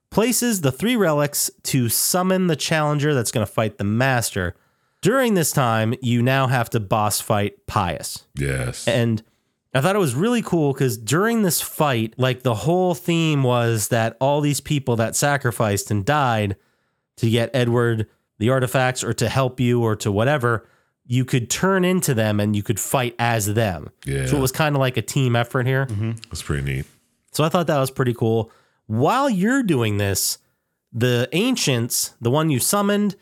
[SPEAKER 2] places the three relics to summon the challenger that's going to fight the master. During this time, you now have to boss fight Pius.
[SPEAKER 6] yes.
[SPEAKER 2] And I thought it was really cool because during this fight, like the whole theme was that all these people that sacrificed and died to get Edward the artifacts or to help you or to whatever, you could turn into them and you could fight as them.
[SPEAKER 6] Yeah.
[SPEAKER 2] So it was kind of like a team effort here.
[SPEAKER 6] That's pretty neat.
[SPEAKER 2] So I thought that was pretty cool. While you're doing this, the ancients, the one you summoned,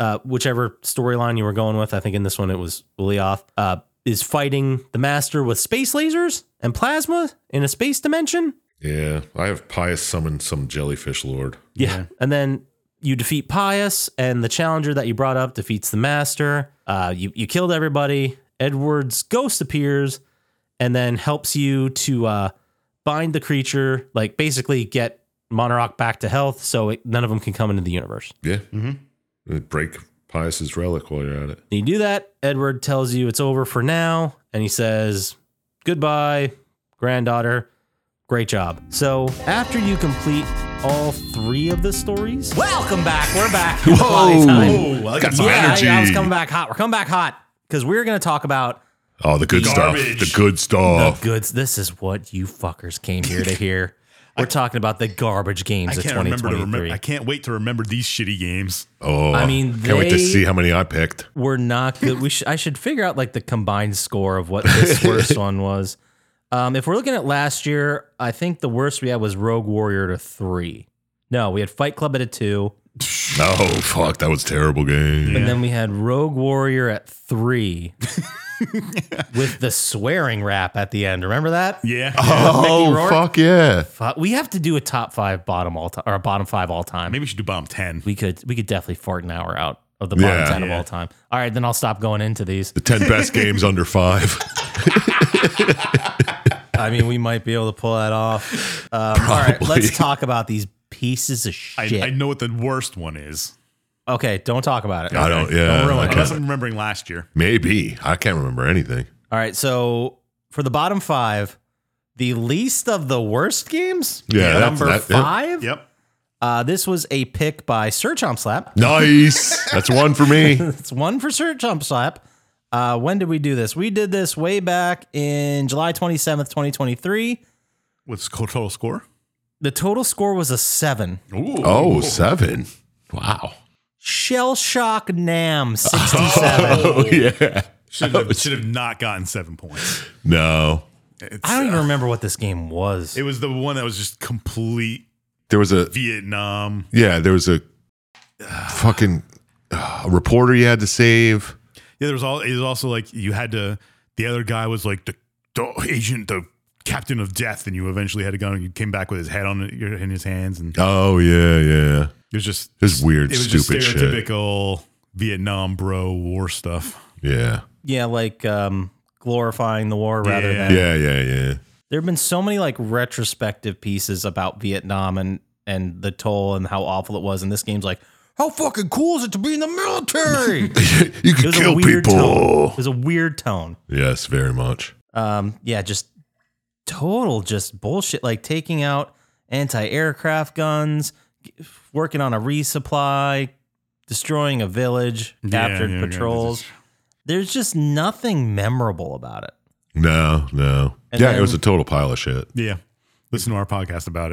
[SPEAKER 2] uh, whichever storyline you were going with, I think in this one it was Ulioth, uh, is fighting the master with space lasers and plasma in a space dimension.
[SPEAKER 6] Yeah. I have Pius summon some jellyfish lord.
[SPEAKER 2] Yeah. And then you defeat Pius, and the challenger that you brought up defeats the master. Uh, you, you killed everybody. Edward's ghost appears and then helps you to uh, bind the creature, like basically get Monarch back to health so it, none of them can come into the universe.
[SPEAKER 6] Yeah. Mm-hmm. Break Pius's relic while you're at it.
[SPEAKER 2] And you do that. Edward tells you it's over for now, and he says, Goodbye, granddaughter. Great job. So after you complete all three of the stories, welcome back. We're back. It's potty time.
[SPEAKER 3] oh, I got
[SPEAKER 6] some
[SPEAKER 2] yeah,
[SPEAKER 6] energy.
[SPEAKER 2] I, I was coming back hot. We're coming back hot because we're going to talk about
[SPEAKER 6] Oh, the good
[SPEAKER 3] Garbage.
[SPEAKER 6] stuff. The good
[SPEAKER 2] the
[SPEAKER 3] Oh.
[SPEAKER 6] stuff.
[SPEAKER 2] goods. This is what you fuckers came here to
[SPEAKER 3] [LAUGHS]
[SPEAKER 2] hear. We're talking about the garbage games
[SPEAKER 3] I
[SPEAKER 2] of
[SPEAKER 3] can't remember to
[SPEAKER 2] 2023.
[SPEAKER 3] remember. I can't wait to remember these shitty games.
[SPEAKER 6] oh,
[SPEAKER 2] I mean,
[SPEAKER 6] can't wait to
[SPEAKER 2] they-
[SPEAKER 6] see how many I picked.
[SPEAKER 2] We're not good. We should. I should figure out like the combined score of what
[SPEAKER 3] [LAUGHS]
[SPEAKER 2] this worst one was. Um, if we're looking at last year, I think the worst we had was Rogue Warrior to three. No, we had Fight Club at a two,
[SPEAKER 6] Oh, fuck. That was a terrible game.
[SPEAKER 2] and then we had Rogue Warrior at
[SPEAKER 3] [LAUGHS]
[SPEAKER 2] three, with the swearing rap at the end. Remember that?
[SPEAKER 3] Yeah.
[SPEAKER 2] Mickey
[SPEAKER 6] Oh,
[SPEAKER 2] Rourke?
[SPEAKER 6] fuck yeah.
[SPEAKER 2] Fi- We have to do a top five bottom all time or a bottom five all time.
[SPEAKER 3] [LAUGHS] Maybe we should do Bomb 10.
[SPEAKER 2] we could we could definitely fart an hour out of the bottom
[SPEAKER 6] Yeah.
[SPEAKER 2] ten of
[SPEAKER 3] Yeah.
[SPEAKER 2] all time. All right, then I'll stop going into these.
[SPEAKER 6] The 10 best games under five.
[SPEAKER 2] I mean, we might be able to pull that
[SPEAKER 6] [LAUGHS]
[SPEAKER 2] off. Um, all right,
[SPEAKER 6] Probably.
[SPEAKER 2] let's talk about these pieces of
[SPEAKER 3] I,
[SPEAKER 2] shit.
[SPEAKER 3] I know what the worst one is.
[SPEAKER 2] okay, don't talk about it.
[SPEAKER 6] I don't, yeah. I
[SPEAKER 3] Unless
[SPEAKER 6] can't,
[SPEAKER 3] I'm remembering last year.
[SPEAKER 6] maybe. I can't remember anything.
[SPEAKER 2] All right, so for the bottom five, the least of the worst games.
[SPEAKER 6] Yeah, that's-
[SPEAKER 2] number
[SPEAKER 6] that- yep.
[SPEAKER 2] five.
[SPEAKER 3] Yep.
[SPEAKER 2] Uh, this was a pick by Sir Chomp Slap.
[SPEAKER 6] Nice. That's one for me.
[SPEAKER 2] It's one for Sir Chump Slap. Uh, when did we do this? We did this way back in July 27th, 2023.
[SPEAKER 3] What's the total score?
[SPEAKER 2] The total score was a seven.
[SPEAKER 3] Ooh.
[SPEAKER 6] Oh, seven. Wow.
[SPEAKER 2] Shell Shock Nam
[SPEAKER 3] [LAUGHS]
[SPEAKER 2] 67.
[SPEAKER 6] [LAUGHS] Oh, yeah.
[SPEAKER 3] Should have, should have not gotten seven points.
[SPEAKER 6] No.
[SPEAKER 3] It's,
[SPEAKER 2] I don't
[SPEAKER 3] uh,
[SPEAKER 2] even remember what this game was.
[SPEAKER 3] It was the one that was just complete
[SPEAKER 6] There was a,
[SPEAKER 3] Vietnam.
[SPEAKER 6] yeah, there was a fucking uh, reporter you had to save.
[SPEAKER 3] Yeah, there was all. It was also like you had to. The other guy was like the, the agent, the captain of death, and you eventually had to go and you came back with his head on your in his hands, and it
[SPEAKER 6] Oh, yeah, yeah.
[SPEAKER 3] was just
[SPEAKER 6] This is
[SPEAKER 3] it
[SPEAKER 6] weird,
[SPEAKER 3] was just
[SPEAKER 6] stupid shit.
[SPEAKER 3] stereotypical Vietnam bro war stuff.
[SPEAKER 6] Yeah.
[SPEAKER 2] yeah, like um, glorifying the war rather
[SPEAKER 3] Yeah.
[SPEAKER 2] than.
[SPEAKER 6] Yeah, yeah, yeah. [LAUGHS]
[SPEAKER 2] There have been so many like retrospective pieces about Vietnam and, and the toll and how awful it was. And this game's like, how fucking cool is it to be in the military? it
[SPEAKER 6] you can
[SPEAKER 2] was
[SPEAKER 6] kill
[SPEAKER 2] a weird tone.
[SPEAKER 6] people.
[SPEAKER 2] It was a weird tone.
[SPEAKER 6] Yes, very much.
[SPEAKER 2] um yeah just total just bullshit like taking out anti-aircraft guns g- working on a resupply destroying a village captured
[SPEAKER 3] yeah, yeah,
[SPEAKER 2] patrols
[SPEAKER 3] this is-
[SPEAKER 2] there's just nothing memorable about it
[SPEAKER 6] No, no.
[SPEAKER 2] And
[SPEAKER 6] yeah,
[SPEAKER 2] then-
[SPEAKER 6] it was a total pile of shit.
[SPEAKER 3] Yeah, listen to our podcast about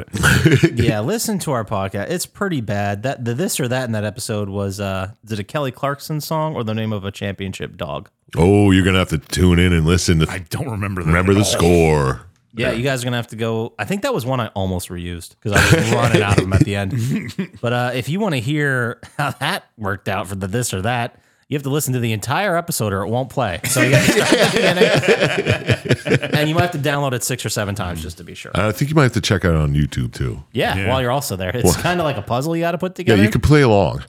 [SPEAKER 2] [LAUGHS]
[SPEAKER 3] it.
[SPEAKER 2] yeah listen to our podcast it's pretty bad that the this or that in that episode was uh did a kelly clarkson song or the name of a championship dog
[SPEAKER 6] [LAUGHS] Oh, you're gonna have to tune in and listen to.
[SPEAKER 3] I don't remember. That
[SPEAKER 6] remember
[SPEAKER 3] at
[SPEAKER 6] the
[SPEAKER 3] all.
[SPEAKER 6] score.
[SPEAKER 2] yeah, you guys are gonna have to go. I think that was one I almost reused because I was running
[SPEAKER 6] [LAUGHS]
[SPEAKER 2] out of them at the end. But uh, if you want to hear how that worked out for the this or that, you have to listen to the entire episode or it won't play. So you have to start at the
[SPEAKER 6] [LAUGHS]
[SPEAKER 2] beginning, and you might have to download it six or seven times just to be sure.
[SPEAKER 6] I think you might have to check out on YouTube too.
[SPEAKER 2] Yeah,
[SPEAKER 3] Yeah.
[SPEAKER 2] while you're also there, it's kind of like a puzzle you got to put
[SPEAKER 6] Yeah,
[SPEAKER 2] together.
[SPEAKER 6] you can play along.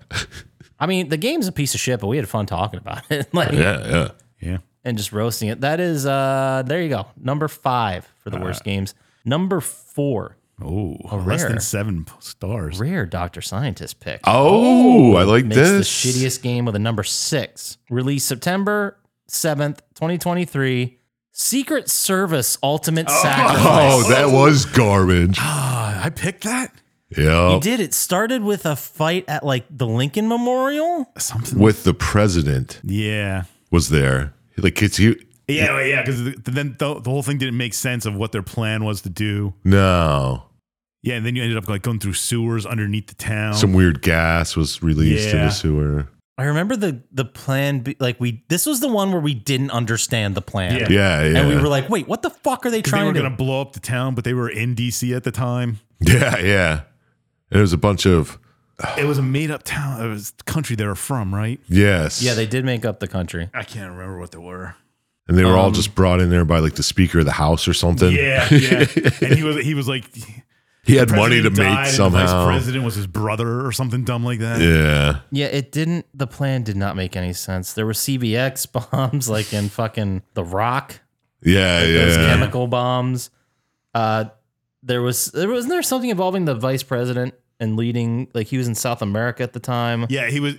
[SPEAKER 2] I mean, the game's a piece of shit, but we had fun talking about it, [LAUGHS] like,
[SPEAKER 6] Yeah, yeah.
[SPEAKER 3] Yeah.
[SPEAKER 2] and just roasting it. That is, uh, there you go, number five for the
[SPEAKER 6] Uh.
[SPEAKER 2] worst games. Number four,
[SPEAKER 3] Oh, less
[SPEAKER 2] rare.
[SPEAKER 3] than seven p- stars.
[SPEAKER 2] rare Doctor Scientist pick.
[SPEAKER 6] Oh, I like
[SPEAKER 2] makes
[SPEAKER 6] this.
[SPEAKER 2] the shittiest game with a number six. Released September 7th, 2023. Secret Service Ultimate Sacrifice.
[SPEAKER 6] Oh, that was garbage.
[SPEAKER 3] Ah, I picked that.
[SPEAKER 6] Yeah,
[SPEAKER 2] You did. It started with a fight at like the Lincoln Memorial.
[SPEAKER 3] Something.
[SPEAKER 6] with the president
[SPEAKER 3] Yeah.
[SPEAKER 6] was there. Like it's you.
[SPEAKER 3] Yeah, well, yeah, because then the, the whole thing didn't make sense of what their plan was to do.
[SPEAKER 6] No,
[SPEAKER 3] Yeah, and then you ended up like going through sewers underneath the town.
[SPEAKER 6] some weird gas was released in
[SPEAKER 3] Oh. Yeah.
[SPEAKER 6] the sewer.
[SPEAKER 2] I remember the the plan. Be, like we, this was the one where we didn't understand the plan,
[SPEAKER 3] Yeah.
[SPEAKER 6] Yeah, yeah,
[SPEAKER 2] and we were like, "Wait, what the fuck are they
[SPEAKER 3] 'Cause they were
[SPEAKER 2] trying to?"
[SPEAKER 3] going to blow up the town, but they were in DC at the time.
[SPEAKER 6] [LAUGHS] yeah, yeah. And there was a bunch of
[SPEAKER 3] [SIGHS] It was a made up town. It was the country they were from, right?
[SPEAKER 6] yes.
[SPEAKER 2] yeah, they did make up the country.
[SPEAKER 3] I can't remember what they were.
[SPEAKER 6] and they were all just brought in there by like the speaker of the house or something.
[SPEAKER 3] Um, [LAUGHS] Yeah,
[SPEAKER 6] [LAUGHS]
[SPEAKER 3] yeah. and he was he was like
[SPEAKER 6] he had money to
[SPEAKER 3] president died
[SPEAKER 6] make
[SPEAKER 3] and the Vice
[SPEAKER 6] somehow.
[SPEAKER 3] president was his brother or something dumb like that.
[SPEAKER 6] Yeah,
[SPEAKER 2] Yeah, it didn't. The plan did not make any sense. There were CBX [LAUGHS] bombs, like in fucking The Rock.
[SPEAKER 6] yeah,
[SPEAKER 2] those
[SPEAKER 6] yeah.
[SPEAKER 2] chemical bombs. Uh, there was there wasn't there something involving the vice president and leading like he was in South America at the time.
[SPEAKER 3] Yeah, he was.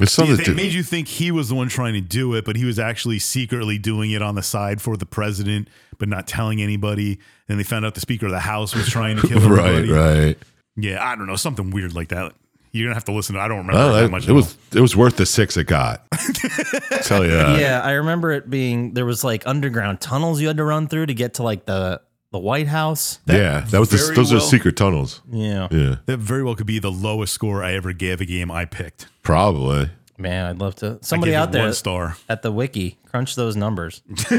[SPEAKER 6] It's something.
[SPEAKER 3] they
[SPEAKER 6] to- [LAUGHS]
[SPEAKER 3] made you think he was the one trying to do it, but he was actually secretly doing it on the side for the president, but not telling anybody. And they found out the Speaker of the House was trying to kill [LAUGHS]
[SPEAKER 6] right,
[SPEAKER 3] everybody.
[SPEAKER 6] right.
[SPEAKER 3] Yeah, I don't know, something weird like that. You're gonna have to listen. to I don't remember
[SPEAKER 6] Oh,
[SPEAKER 3] that,
[SPEAKER 6] that,
[SPEAKER 3] much.
[SPEAKER 6] it
[SPEAKER 3] at
[SPEAKER 6] was
[SPEAKER 3] all.
[SPEAKER 6] it was worth the six it
[SPEAKER 3] [LAUGHS]
[SPEAKER 6] got. Tell you that.
[SPEAKER 2] Yeah, I remember it being there was like underground tunnels you had to run through to get to like the the White House.
[SPEAKER 6] yeah, that was the,
[SPEAKER 3] very
[SPEAKER 6] those are
[SPEAKER 3] well-
[SPEAKER 6] secret tunnels.
[SPEAKER 2] Yeah,
[SPEAKER 6] Yeah,
[SPEAKER 3] that very well could be the lowest score I ever gave a game I picked.
[SPEAKER 6] probably.
[SPEAKER 2] man, I'd love to.
[SPEAKER 3] I
[SPEAKER 2] Somebody
[SPEAKER 3] gave it
[SPEAKER 2] out there
[SPEAKER 3] one star.
[SPEAKER 2] at the wiki crunch those
[SPEAKER 3] [LAUGHS]
[SPEAKER 2] numbers. [LAUGHS]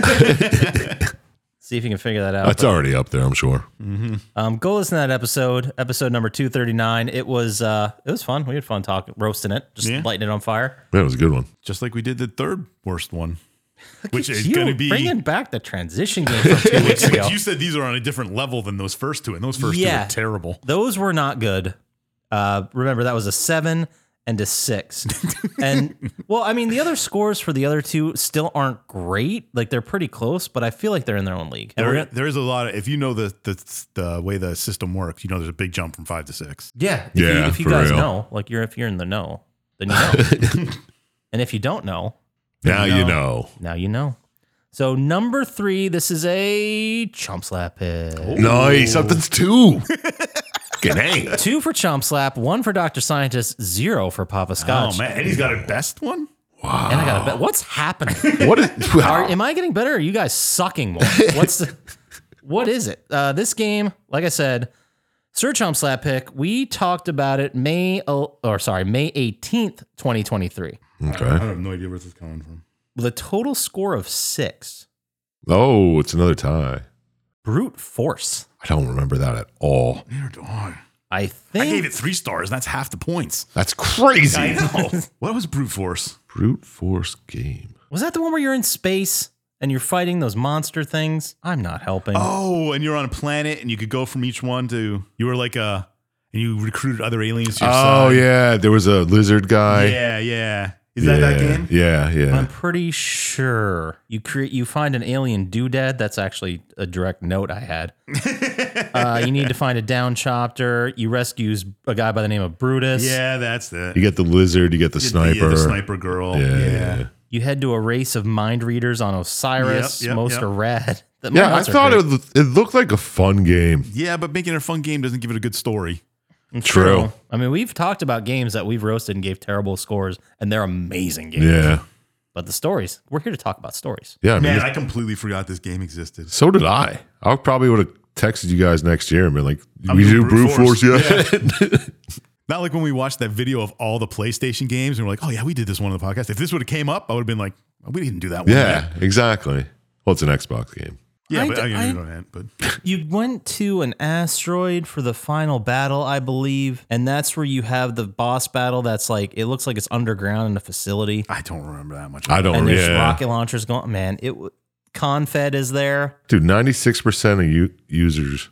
[SPEAKER 2] See if you can figure that out.
[SPEAKER 6] That's already up there, I'm sure.
[SPEAKER 2] Um, go listen to that episode, episode number two thirty nine. It was uh, it was fun. We had fun talking, roasting it, just
[SPEAKER 3] Yeah.
[SPEAKER 2] lighting it on fire.
[SPEAKER 6] That was a good one.
[SPEAKER 3] just like we did the third worst one, which
[SPEAKER 2] It's
[SPEAKER 3] is
[SPEAKER 2] you
[SPEAKER 3] going to be. [LAUGHS]
[SPEAKER 2] bringing back the transition game from two weeks ago.
[SPEAKER 3] But you said these are on a different level than those first two, and those first two
[SPEAKER 2] Yeah.
[SPEAKER 3] are terrible.
[SPEAKER 2] Those were not good. Uh, remember that was a seven and a six, and well, I mean the other scores for the other two still aren't great. Like they're pretty close, but I feel like they're in their own league. And we're
[SPEAKER 3] There,
[SPEAKER 2] gonna-
[SPEAKER 3] there is a lot of if you know the, the the way the system works, you know there's a big jump from five to six.
[SPEAKER 2] yeah, if you-
[SPEAKER 6] Yeah,
[SPEAKER 2] If you
[SPEAKER 6] for
[SPEAKER 2] guys
[SPEAKER 6] real.
[SPEAKER 2] know, like you're if you're in the know, then you know. and if you don't know,
[SPEAKER 6] Now
[SPEAKER 2] No.
[SPEAKER 6] you know.
[SPEAKER 2] Now you know. So number three, this is a chump slap pick.
[SPEAKER 6] Oh. Nice.
[SPEAKER 3] [LAUGHS]
[SPEAKER 6] Something's two. Good hey.
[SPEAKER 2] Two for chump slap, one for Doctor Scientist, zero for Papa Scotch.
[SPEAKER 3] Oh man, and he's got a best one.
[SPEAKER 2] And I got a bet. What's happening?
[SPEAKER 6] What is
[SPEAKER 2] Are, am I getting better? Or are you guys sucking
[SPEAKER 3] [LAUGHS]
[SPEAKER 2] more? What's the, what is it? Uh, this game, like I said, Sir Chump Slap Pick. We talked about it May el- or sorry May eighteenth, twenty twenty three.
[SPEAKER 6] [LAUGHS] Okay.
[SPEAKER 3] have no idea where this is coming from.
[SPEAKER 2] With a total score of six,
[SPEAKER 6] Oh, it's another tie.
[SPEAKER 2] brute force.
[SPEAKER 6] I don't remember that at all.
[SPEAKER 3] Neither do I.
[SPEAKER 2] I
[SPEAKER 3] I
[SPEAKER 2] think
[SPEAKER 3] gave it three stars. and That's half the points.
[SPEAKER 6] That's crazy.
[SPEAKER 3] I [LAUGHS] know. what was brute force?
[SPEAKER 6] [LAUGHS] Brute force game.
[SPEAKER 2] was that the one where you're in space and you're fighting those monster things. I'm not helping.
[SPEAKER 3] Oh, and you're on a planet, and you could go from each one to you were like a, and you recruited other aliens. To your
[SPEAKER 6] Oh
[SPEAKER 3] side.
[SPEAKER 6] yeah, there was a lizard guy.
[SPEAKER 3] Yeah, yeah. Is that that
[SPEAKER 6] Yeah,
[SPEAKER 3] game?
[SPEAKER 6] Yeah, yeah.
[SPEAKER 2] I'm pretty sure you create you find an alien doodad. That's actually a direct note I
[SPEAKER 3] [LAUGHS]
[SPEAKER 2] had. uh, you need to find a down chopper. You rescues a guy by the name of Brutus.
[SPEAKER 3] Yeah, that's it.
[SPEAKER 6] You get the lizard. You get the
[SPEAKER 3] The, yeah,
[SPEAKER 6] sniper.
[SPEAKER 3] the sniper girl.
[SPEAKER 6] Yeah, yeah.
[SPEAKER 3] yeah.
[SPEAKER 2] You head to a race of mind readers on Osiris.
[SPEAKER 3] Yep, yep,
[SPEAKER 2] Most
[SPEAKER 3] yep.
[SPEAKER 2] are red. The
[SPEAKER 6] Yeah, I
[SPEAKER 2] mods are
[SPEAKER 6] thought
[SPEAKER 2] great.
[SPEAKER 6] it, was- it looked like a fun game.
[SPEAKER 3] Yeah, but making it a fun game doesn't give it a good story.
[SPEAKER 2] It's
[SPEAKER 6] True.
[SPEAKER 2] I mean, we've talked about games that we've roasted and gave terrible scores, and they're amazing games.
[SPEAKER 6] Yeah,
[SPEAKER 2] But the stories, we're here to talk about stories.
[SPEAKER 6] yeah. I mean,
[SPEAKER 3] Man,
[SPEAKER 6] it's-
[SPEAKER 3] I completely forgot this game existed.
[SPEAKER 6] so did I. I probably would have texted you guys next year and been like,
[SPEAKER 3] I'm
[SPEAKER 6] "We
[SPEAKER 3] doing
[SPEAKER 6] do brute force, yeah." [LAUGHS]
[SPEAKER 3] Not like when we watched that video of all the PlayStation games and we're like, oh, yeah, we did this one on the podcast. If this would have came up, I would have been like, we didn't do that one.
[SPEAKER 6] yeah, exactly. Well, it's an Xbox game.
[SPEAKER 3] Yeah,
[SPEAKER 2] I
[SPEAKER 3] but
[SPEAKER 2] d-
[SPEAKER 3] I,
[SPEAKER 2] I-
[SPEAKER 3] can know that. But
[SPEAKER 2] You went to an asteroid for the final battle, I believe, and that's where you have the boss battle. That's like it looks like it's underground in a facility,
[SPEAKER 3] I don't remember that much.
[SPEAKER 6] I don't.
[SPEAKER 2] and there's
[SPEAKER 6] Oh, Yeah,
[SPEAKER 2] rocket launchers going. Man, it w- Confed is there.
[SPEAKER 6] dude. Ninety six percent of u- users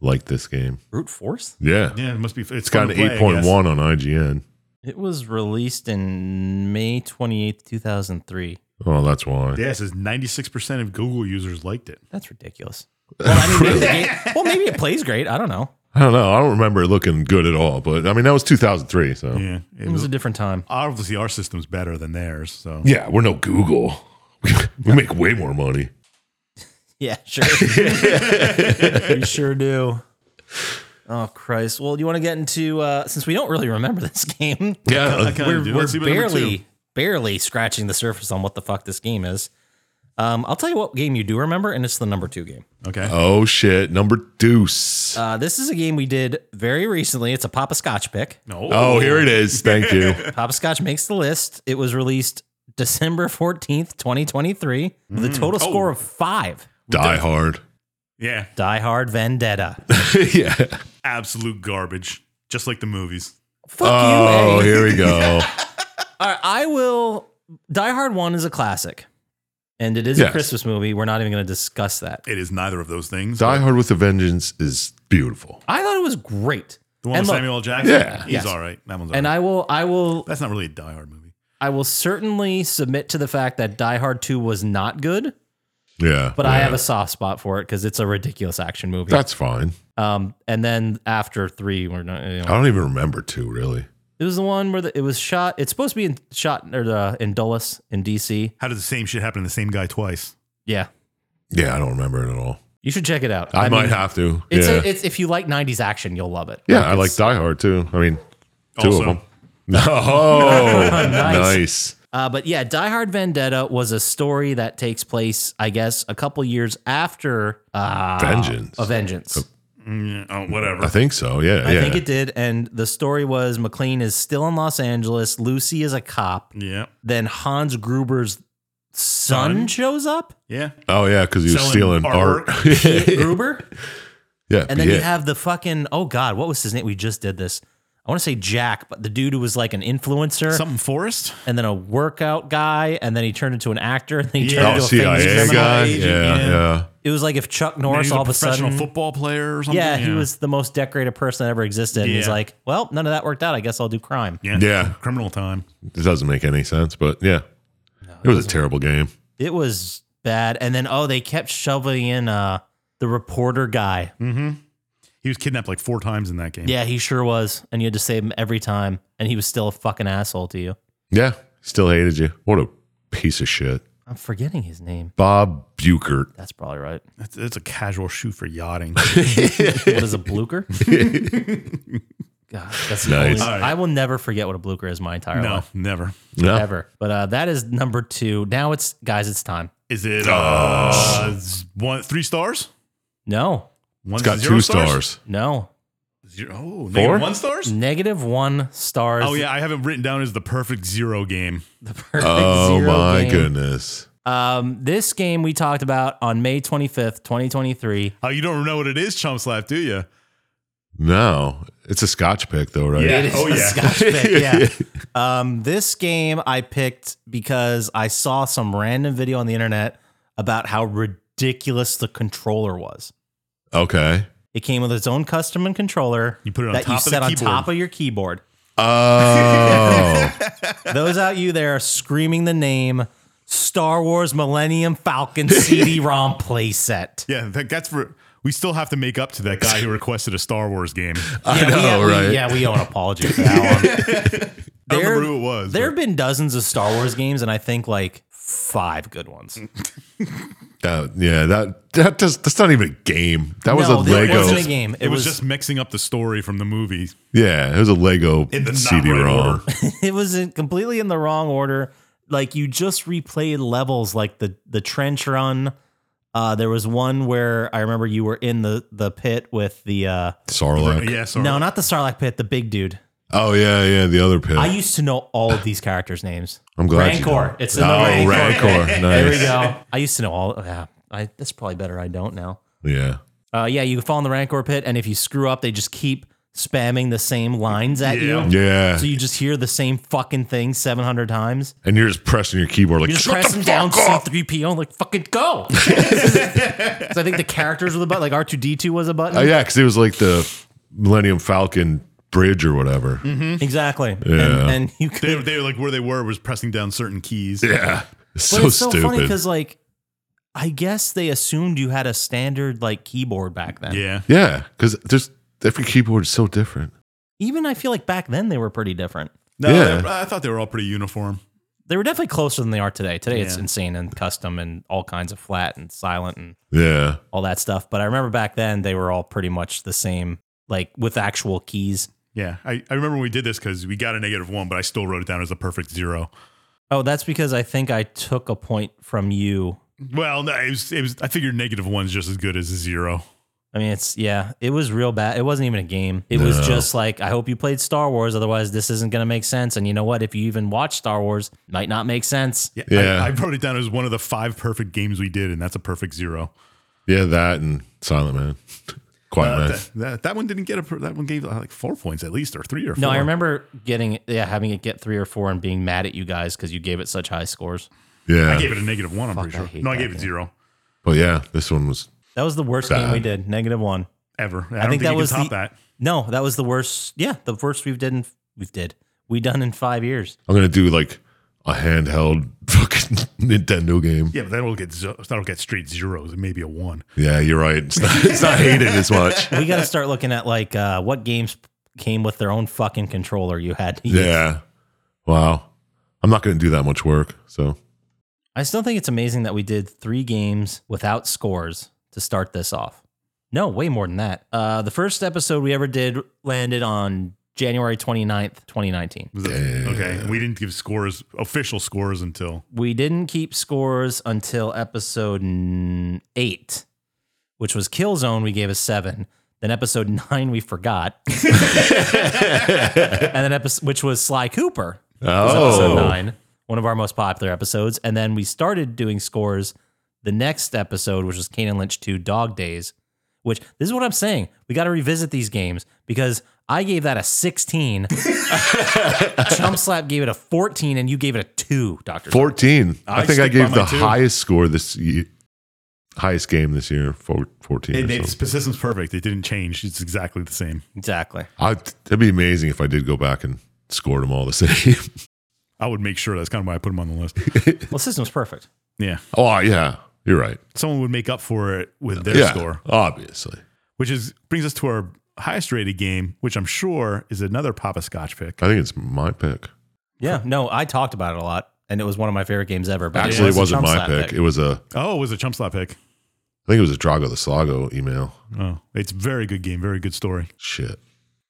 [SPEAKER 6] like this game.
[SPEAKER 2] Brute force.
[SPEAKER 6] Yeah,
[SPEAKER 3] Yeah, it must be. It's,
[SPEAKER 6] it's got an eight point one on IGN.
[SPEAKER 2] It was released in May twenty eighth, two thousand three.
[SPEAKER 6] Oh, that's why.
[SPEAKER 3] Yeah, it says ninety six percent of Google users liked it.
[SPEAKER 2] That's ridiculous. Well, I mean, maybe the game- well, maybe it plays great. I don't know.
[SPEAKER 6] I don't know. I don't remember it looking good at all. But I mean, that was two thousand three. So yeah.
[SPEAKER 3] Yeah, it
[SPEAKER 2] It was
[SPEAKER 3] was
[SPEAKER 2] a different time.
[SPEAKER 3] obviously our system's better than theirs. So
[SPEAKER 6] we're no Google. [LAUGHS] we make way more money.
[SPEAKER 2] Yeah, sure. [LAUGHS] you sure do. Oh Christ! Well, do you want to get into uh, since we don't really remember this [LAUGHS] game?
[SPEAKER 6] Yeah,
[SPEAKER 3] kinda
[SPEAKER 2] We're,
[SPEAKER 3] do.
[SPEAKER 2] we're
[SPEAKER 3] Let's see what number two.
[SPEAKER 2] barely, barely scratching the surface on what the fuck this game is. Um, I'll tell you what game you do remember, and it's the number two game.
[SPEAKER 3] okay.
[SPEAKER 6] Oh shit, number deuce.
[SPEAKER 2] Uh, this is a game we did very recently. It's a Papa Scotch
[SPEAKER 3] [LAUGHS]
[SPEAKER 2] pick.
[SPEAKER 3] no.
[SPEAKER 6] oh, here it is.
[SPEAKER 2] [LAUGHS]
[SPEAKER 6] Thank you.
[SPEAKER 2] Papa Scotch makes the list. It was released December fourteenth, twenty twenty three, with
[SPEAKER 3] Mm.
[SPEAKER 2] a total
[SPEAKER 3] Oh.
[SPEAKER 2] score of five.
[SPEAKER 6] Die Hard.
[SPEAKER 3] Yeah,
[SPEAKER 2] Die Hard
[SPEAKER 3] [LAUGHS]
[SPEAKER 2] Vendetta.
[SPEAKER 6] [LAUGHS] yeah.
[SPEAKER 3] absolute garbage, just like the movies.
[SPEAKER 2] Fuck you, eh?
[SPEAKER 6] Oh,
[SPEAKER 2] Eddie.
[SPEAKER 6] [LAUGHS] here we go.
[SPEAKER 2] All right, I will. Die Hard One is a classic, and it is a
[SPEAKER 6] Yes.
[SPEAKER 2] Christmas movie. We're not even going to discuss that.
[SPEAKER 3] It is neither of those things.
[SPEAKER 6] Die Hard with a Vengeance is beautiful.
[SPEAKER 2] I thought it was great,
[SPEAKER 3] The one
[SPEAKER 2] And
[SPEAKER 3] with
[SPEAKER 2] look-
[SPEAKER 3] Samuel L. Jackson.
[SPEAKER 6] Yeah.
[SPEAKER 3] he's
[SPEAKER 2] Yes.
[SPEAKER 3] all right. That one's all right.
[SPEAKER 2] and I will, I will,
[SPEAKER 3] That's not really a Die Hard movie.
[SPEAKER 2] I will certainly submit to the fact that Die Hard Two was not good,
[SPEAKER 6] Yeah.
[SPEAKER 2] but
[SPEAKER 6] yeah.
[SPEAKER 2] I have a soft spot for it because it's a ridiculous action movie.
[SPEAKER 6] That's fine.
[SPEAKER 2] um, and then after three, we're not. You know,
[SPEAKER 6] I don't even remember two really.
[SPEAKER 2] it was the one where the, it was shot. It's supposed to be in, shot or the, in Dulles in D.C.
[SPEAKER 3] How did the same shit happen to the same guy twice?
[SPEAKER 2] Yeah,
[SPEAKER 6] Yeah, I don't remember it at all.
[SPEAKER 2] you should check it out.
[SPEAKER 6] I, might
[SPEAKER 2] mean,
[SPEAKER 6] have to.
[SPEAKER 2] It's,
[SPEAKER 6] yeah.
[SPEAKER 2] a, it's if you like '90s action, you'll love it.
[SPEAKER 6] yeah, I
[SPEAKER 2] it's-
[SPEAKER 6] like Die Hard too. I mean, two
[SPEAKER 3] Also-
[SPEAKER 6] of them. [LAUGHS] Oh, nice.
[SPEAKER 2] Uh, but yeah, Die Hard Vendetta was a story that takes place, I guess, a couple years after uh,
[SPEAKER 6] Vengeance.
[SPEAKER 2] A Vengeance.
[SPEAKER 3] Mm, oh, whatever.
[SPEAKER 6] I think so. Yeah.
[SPEAKER 2] I
[SPEAKER 6] yeah.
[SPEAKER 2] think it did. And the story was McLean is still in Los Angeles. Lucy is a cop.
[SPEAKER 3] yeah,
[SPEAKER 2] Then Hans Gruber's son,
[SPEAKER 3] Son?
[SPEAKER 2] shows up.
[SPEAKER 3] [LAUGHS] yeah.
[SPEAKER 6] oh, yeah, because he was
[SPEAKER 3] Selling
[SPEAKER 6] stealing
[SPEAKER 3] artwork.
[SPEAKER 6] art. [LAUGHS]
[SPEAKER 2] Gruber.
[SPEAKER 6] yeah.
[SPEAKER 2] And then
[SPEAKER 6] yeah.
[SPEAKER 2] you have the fucking, oh God, what was his name? We just did this. I want to say Jack, but the dude who was like an influencer
[SPEAKER 3] Something Forrest.
[SPEAKER 2] and then a workout guy, and then he turned into an actor, [LAUGHS] and then he
[SPEAKER 3] Yeah.
[SPEAKER 2] turned
[SPEAKER 6] Oh,
[SPEAKER 2] into a
[SPEAKER 6] CIA
[SPEAKER 2] famous
[SPEAKER 6] guy.
[SPEAKER 3] agent,
[SPEAKER 6] yeah,
[SPEAKER 3] yeah.
[SPEAKER 6] yeah,
[SPEAKER 2] It was like if Chuck
[SPEAKER 3] Maybe
[SPEAKER 2] Norris
[SPEAKER 3] he's a
[SPEAKER 2] all of a
[SPEAKER 3] professional
[SPEAKER 2] sudden.
[SPEAKER 3] football player or something.
[SPEAKER 2] Yeah, he was the most decorated person that ever existed. And he's
[SPEAKER 3] Yeah.
[SPEAKER 2] like, well, none of that worked out. I guess I'll do crime.
[SPEAKER 3] Yeah.
[SPEAKER 6] Yeah.
[SPEAKER 3] Criminal time.
[SPEAKER 6] It doesn't make any sense, but yeah. it was a terrible game.
[SPEAKER 2] It was bad. And then, oh, they kept shoveling in uh, the reporter guy.
[SPEAKER 3] Hmm. He was kidnapped like four times in that game.
[SPEAKER 2] Yeah, he sure was. And you had to save him every time. And he was still a fucking asshole to you.
[SPEAKER 6] Yeah. Still hated you. What a piece of shit.
[SPEAKER 2] I'm forgetting his name.
[SPEAKER 6] Bob Buchert.
[SPEAKER 2] That's probably
[SPEAKER 3] [LAUGHS]
[SPEAKER 2] right.
[SPEAKER 3] That's, that's a casual shoot for yachting.
[SPEAKER 2] What is a
[SPEAKER 3] [LAUGHS]
[SPEAKER 2] bluker? God, that's the only-
[SPEAKER 6] Nice.
[SPEAKER 3] All right.
[SPEAKER 2] I will never forget what a bluker is my entire
[SPEAKER 3] no,
[SPEAKER 2] life.
[SPEAKER 3] never.
[SPEAKER 6] No.
[SPEAKER 2] Ever. But uh, that is number two. Now it's, guys, it's time.
[SPEAKER 3] Is it uh, z- one, three stars?
[SPEAKER 2] No,
[SPEAKER 3] One
[SPEAKER 6] It's got
[SPEAKER 3] zero
[SPEAKER 6] two stars.
[SPEAKER 2] no.
[SPEAKER 3] Zero, oh, negative one stars?
[SPEAKER 2] Negative one stars.
[SPEAKER 3] Oh, yeah. I have it written down as the perfect zero game.
[SPEAKER 2] The perfect
[SPEAKER 6] Oh
[SPEAKER 2] zero
[SPEAKER 6] my
[SPEAKER 2] game.
[SPEAKER 6] goodness.
[SPEAKER 2] Um, this game we talked about on May 25th, 2023.
[SPEAKER 3] Oh, you don't know what it is, Chump Slap, do you?
[SPEAKER 6] No. It's a scotch pick though, right?
[SPEAKER 3] Yeah. Oh,
[SPEAKER 2] a [LAUGHS] Scotch pick, yeah.
[SPEAKER 3] [LAUGHS]
[SPEAKER 2] Um, this game I picked because I saw some random video on the internet about how ridiculous the controller was.
[SPEAKER 6] Okay.
[SPEAKER 2] It came with its own custom and controller
[SPEAKER 3] You put it on
[SPEAKER 2] that you
[SPEAKER 3] top of the
[SPEAKER 2] set on
[SPEAKER 3] keyboard.
[SPEAKER 2] top of your keyboard.
[SPEAKER 6] Oh.
[SPEAKER 2] [LAUGHS] Those out you there screaming the name Star Wars Millennium
[SPEAKER 3] [LAUGHS]
[SPEAKER 2] Falcon CD-ROM playset.
[SPEAKER 3] Yeah, that, that's for. We still have to make up to that guy who requested a Star Wars game.
[SPEAKER 6] I
[SPEAKER 2] yeah, we-
[SPEAKER 6] know,
[SPEAKER 2] we,
[SPEAKER 6] right?
[SPEAKER 2] yeah, we owe an apology for that [LAUGHS] one.
[SPEAKER 3] I don't
[SPEAKER 2] There-
[SPEAKER 3] remember who it was.
[SPEAKER 2] There have been dozens of Star Wars games, and I think like five good ones.
[SPEAKER 3] Mm.
[SPEAKER 6] That- Uh, yeah, that that does that's not even a game. That was
[SPEAKER 2] no,
[SPEAKER 6] a
[SPEAKER 2] it
[SPEAKER 6] Lego.
[SPEAKER 2] wasn't a game.
[SPEAKER 3] but it, was, just mixing up the story from the movie.
[SPEAKER 6] Yeah, it was a Lego
[SPEAKER 3] In the not right
[SPEAKER 6] CD ROM.
[SPEAKER 3] order.
[SPEAKER 2] [LAUGHS] it was in- completely in the wrong order. Like you just replayed levels, like the the trench run. Uh, there was one where I remember you were in the the pit with the uh,
[SPEAKER 6] [LAUGHS] Sarlacc.
[SPEAKER 3] Yeah, sorry.
[SPEAKER 2] no, not the Sarlacc pit, the big dude.
[SPEAKER 6] Oh yeah, yeah, the other pit.
[SPEAKER 2] I
[SPEAKER 6] I,
[SPEAKER 2] used to know all of these characters' names.
[SPEAKER 6] am glad. you
[SPEAKER 2] Rancor.
[SPEAKER 6] did.
[SPEAKER 2] It's in the
[SPEAKER 6] oh,
[SPEAKER 2] Rancor. [LAUGHS]
[SPEAKER 6] Rancor. Nice.
[SPEAKER 2] There we go. I used to know all. Yeah, I that's probably better. I don't now.
[SPEAKER 6] Yeah.
[SPEAKER 2] Uh, yeah, you fall in the Rancor pit, and if you screw up, they just keep spamming the same lines at
[SPEAKER 3] Yeah.
[SPEAKER 2] you.
[SPEAKER 6] Yeah.
[SPEAKER 2] So you just hear the same fucking thing 700 times.
[SPEAKER 6] and you're just pressing your keyboard like
[SPEAKER 2] You're just
[SPEAKER 6] "Shut the
[SPEAKER 2] pressing down
[SPEAKER 6] fuck up!"
[SPEAKER 2] C3PO and like, fucking
[SPEAKER 6] [LAUGHS]
[SPEAKER 2] go. so I think the characters were the button, like R2D2 was a button.
[SPEAKER 6] Oh, yeah, because it was like the Millennium Falcon bridge or whatever.
[SPEAKER 2] Mm-hmm. Exactly.
[SPEAKER 6] Yeah.
[SPEAKER 2] And, and you could.
[SPEAKER 3] They, they were like where they were was pressing down certain keys.
[SPEAKER 6] Yeah. It's
[SPEAKER 2] but
[SPEAKER 6] so,
[SPEAKER 2] it's so funny
[SPEAKER 6] stupid.
[SPEAKER 2] because, like, I guess they assumed you had a standard, like, keyboard back then.
[SPEAKER 3] Yeah.
[SPEAKER 6] yeah, because there's every keyboard is so different.
[SPEAKER 2] Even I feel like back then they were pretty different.
[SPEAKER 3] No,
[SPEAKER 6] Yeah.
[SPEAKER 3] they- I thought they were all pretty uniform.
[SPEAKER 2] They were definitely closer than they are today. Today it's
[SPEAKER 3] Yeah.
[SPEAKER 2] insane and custom and all kinds of flat and silent and
[SPEAKER 6] Yeah.
[SPEAKER 2] all that stuff. But I remember back then they were all pretty much the same, like with actual keys.
[SPEAKER 3] Yeah. I, I remember when we did this because we got a negative one, but I still wrote it down as a perfect zero.
[SPEAKER 2] Oh, that's because I think I took a point from you.
[SPEAKER 3] Well, no, it was, it was, I figured negative one's just as good as a zero.
[SPEAKER 2] I mean, it's yeah, it was real bad. It wasn't even a game. It was
[SPEAKER 6] No.
[SPEAKER 2] just like, I hope you played Star Wars, otherwise this isn't gonna make sense. And you know what? If you even watch Star Wars, it might not make sense.
[SPEAKER 3] Yeah.
[SPEAKER 6] Yeah.
[SPEAKER 3] I, I wrote it down as one of the five perfect games we did, and that's a perfect zero.
[SPEAKER 6] Yeah, that and Silent Man. [LAUGHS] Quiet
[SPEAKER 3] Uh,
[SPEAKER 6] Man.
[SPEAKER 3] that, that, that one didn't get a, per- that one gave uh, like four points at least, or three or four.
[SPEAKER 2] No, I remember getting yeah, having it get three or four and being mad at you guys because you gave it such high scores.
[SPEAKER 6] yeah.
[SPEAKER 3] I gave it a negative one, I'm pretty
[SPEAKER 2] I
[SPEAKER 3] sure.
[SPEAKER 2] hate
[SPEAKER 3] no, I
[SPEAKER 2] that
[SPEAKER 3] gave it
[SPEAKER 2] game.
[SPEAKER 3] zero
[SPEAKER 6] but yeah, this one was
[SPEAKER 2] That was the worst game we did. Negative one.
[SPEAKER 3] ever. I, don't
[SPEAKER 2] think
[SPEAKER 3] think,
[SPEAKER 2] that
[SPEAKER 3] you can
[SPEAKER 2] was
[SPEAKER 3] top
[SPEAKER 2] the-
[SPEAKER 3] that.
[SPEAKER 2] No, that was the worst. Yeah, the worst we've did in we've did we done in five years.
[SPEAKER 6] I'm gonna do like a handheld [LAUGHS] fucking Nintendo game.
[SPEAKER 3] Yeah, but that'll get zo- that'll get straight zeros and maybe a one.
[SPEAKER 6] Yeah, you're right. It's not, it's
[SPEAKER 3] [LAUGHS]
[SPEAKER 6] not hated as much.
[SPEAKER 2] We got to start looking at like uh, what games came with their own fucking controller. You had. To use.
[SPEAKER 6] Yeah. Wow. I'm not gonna do that much work. So
[SPEAKER 2] I still think it's amazing that we did three games without scores to start this off. No, way more than that. Uh, the first episode we ever did landed on January 29th, 2019.
[SPEAKER 3] Was it- okay, we didn't give scores official scores until
[SPEAKER 2] We didn't keep scores until episode n- eight, which was Killzone. We gave a seven. Then episode [LAUGHS] nine, we forgot. and then episode, which was Sly Cooper, was
[SPEAKER 6] Oh.
[SPEAKER 2] episode nine, one of our most popular episodes. And then we started doing scores the next episode, which was Kane and Lynch 2 Dog Days, which this is what I'm saying. We got to revisit these games because I gave that a
[SPEAKER 6] [LAUGHS]
[SPEAKER 2] 16. Chump Slap gave it a 14, and you gave it a 2, Dr.
[SPEAKER 6] 14. I,
[SPEAKER 3] I
[SPEAKER 6] think
[SPEAKER 3] stick
[SPEAKER 6] I
[SPEAKER 3] by
[SPEAKER 6] gave the
[SPEAKER 3] mine, too.
[SPEAKER 6] highest score this year, highest game this year. For 14. or
[SPEAKER 3] it, it's
[SPEAKER 6] something.
[SPEAKER 3] system's perfect. It didn't change. It's exactly the same.
[SPEAKER 2] Exactly.
[SPEAKER 6] I, it'd be amazing if I did go back and scored them all the [LAUGHS] same.
[SPEAKER 3] I would make sure that's kind of why I put them on the list.
[SPEAKER 6] [LAUGHS]
[SPEAKER 2] Well, system's perfect.
[SPEAKER 3] Yeah,
[SPEAKER 6] oh yeah, you're right.
[SPEAKER 3] someone would make up for it with their
[SPEAKER 6] yeah,
[SPEAKER 3] score,
[SPEAKER 6] obviously.
[SPEAKER 3] which is brings us to our highest rated game, which I'm sure is another Papa Scotch pick.
[SPEAKER 6] I think it's my pick.
[SPEAKER 2] Yeah. No, I talked about it a lot, and it was one of my favorite games ever. But
[SPEAKER 6] Actually, it
[SPEAKER 2] was a
[SPEAKER 6] wasn't
[SPEAKER 2] Chump
[SPEAKER 6] my
[SPEAKER 2] Slap
[SPEAKER 6] pick. It was a.
[SPEAKER 3] Oh, it was a chump slot pick.
[SPEAKER 6] I think it was a Drago the Slago email.
[SPEAKER 3] Oh, it's a very good game, very good story.
[SPEAKER 6] Shit.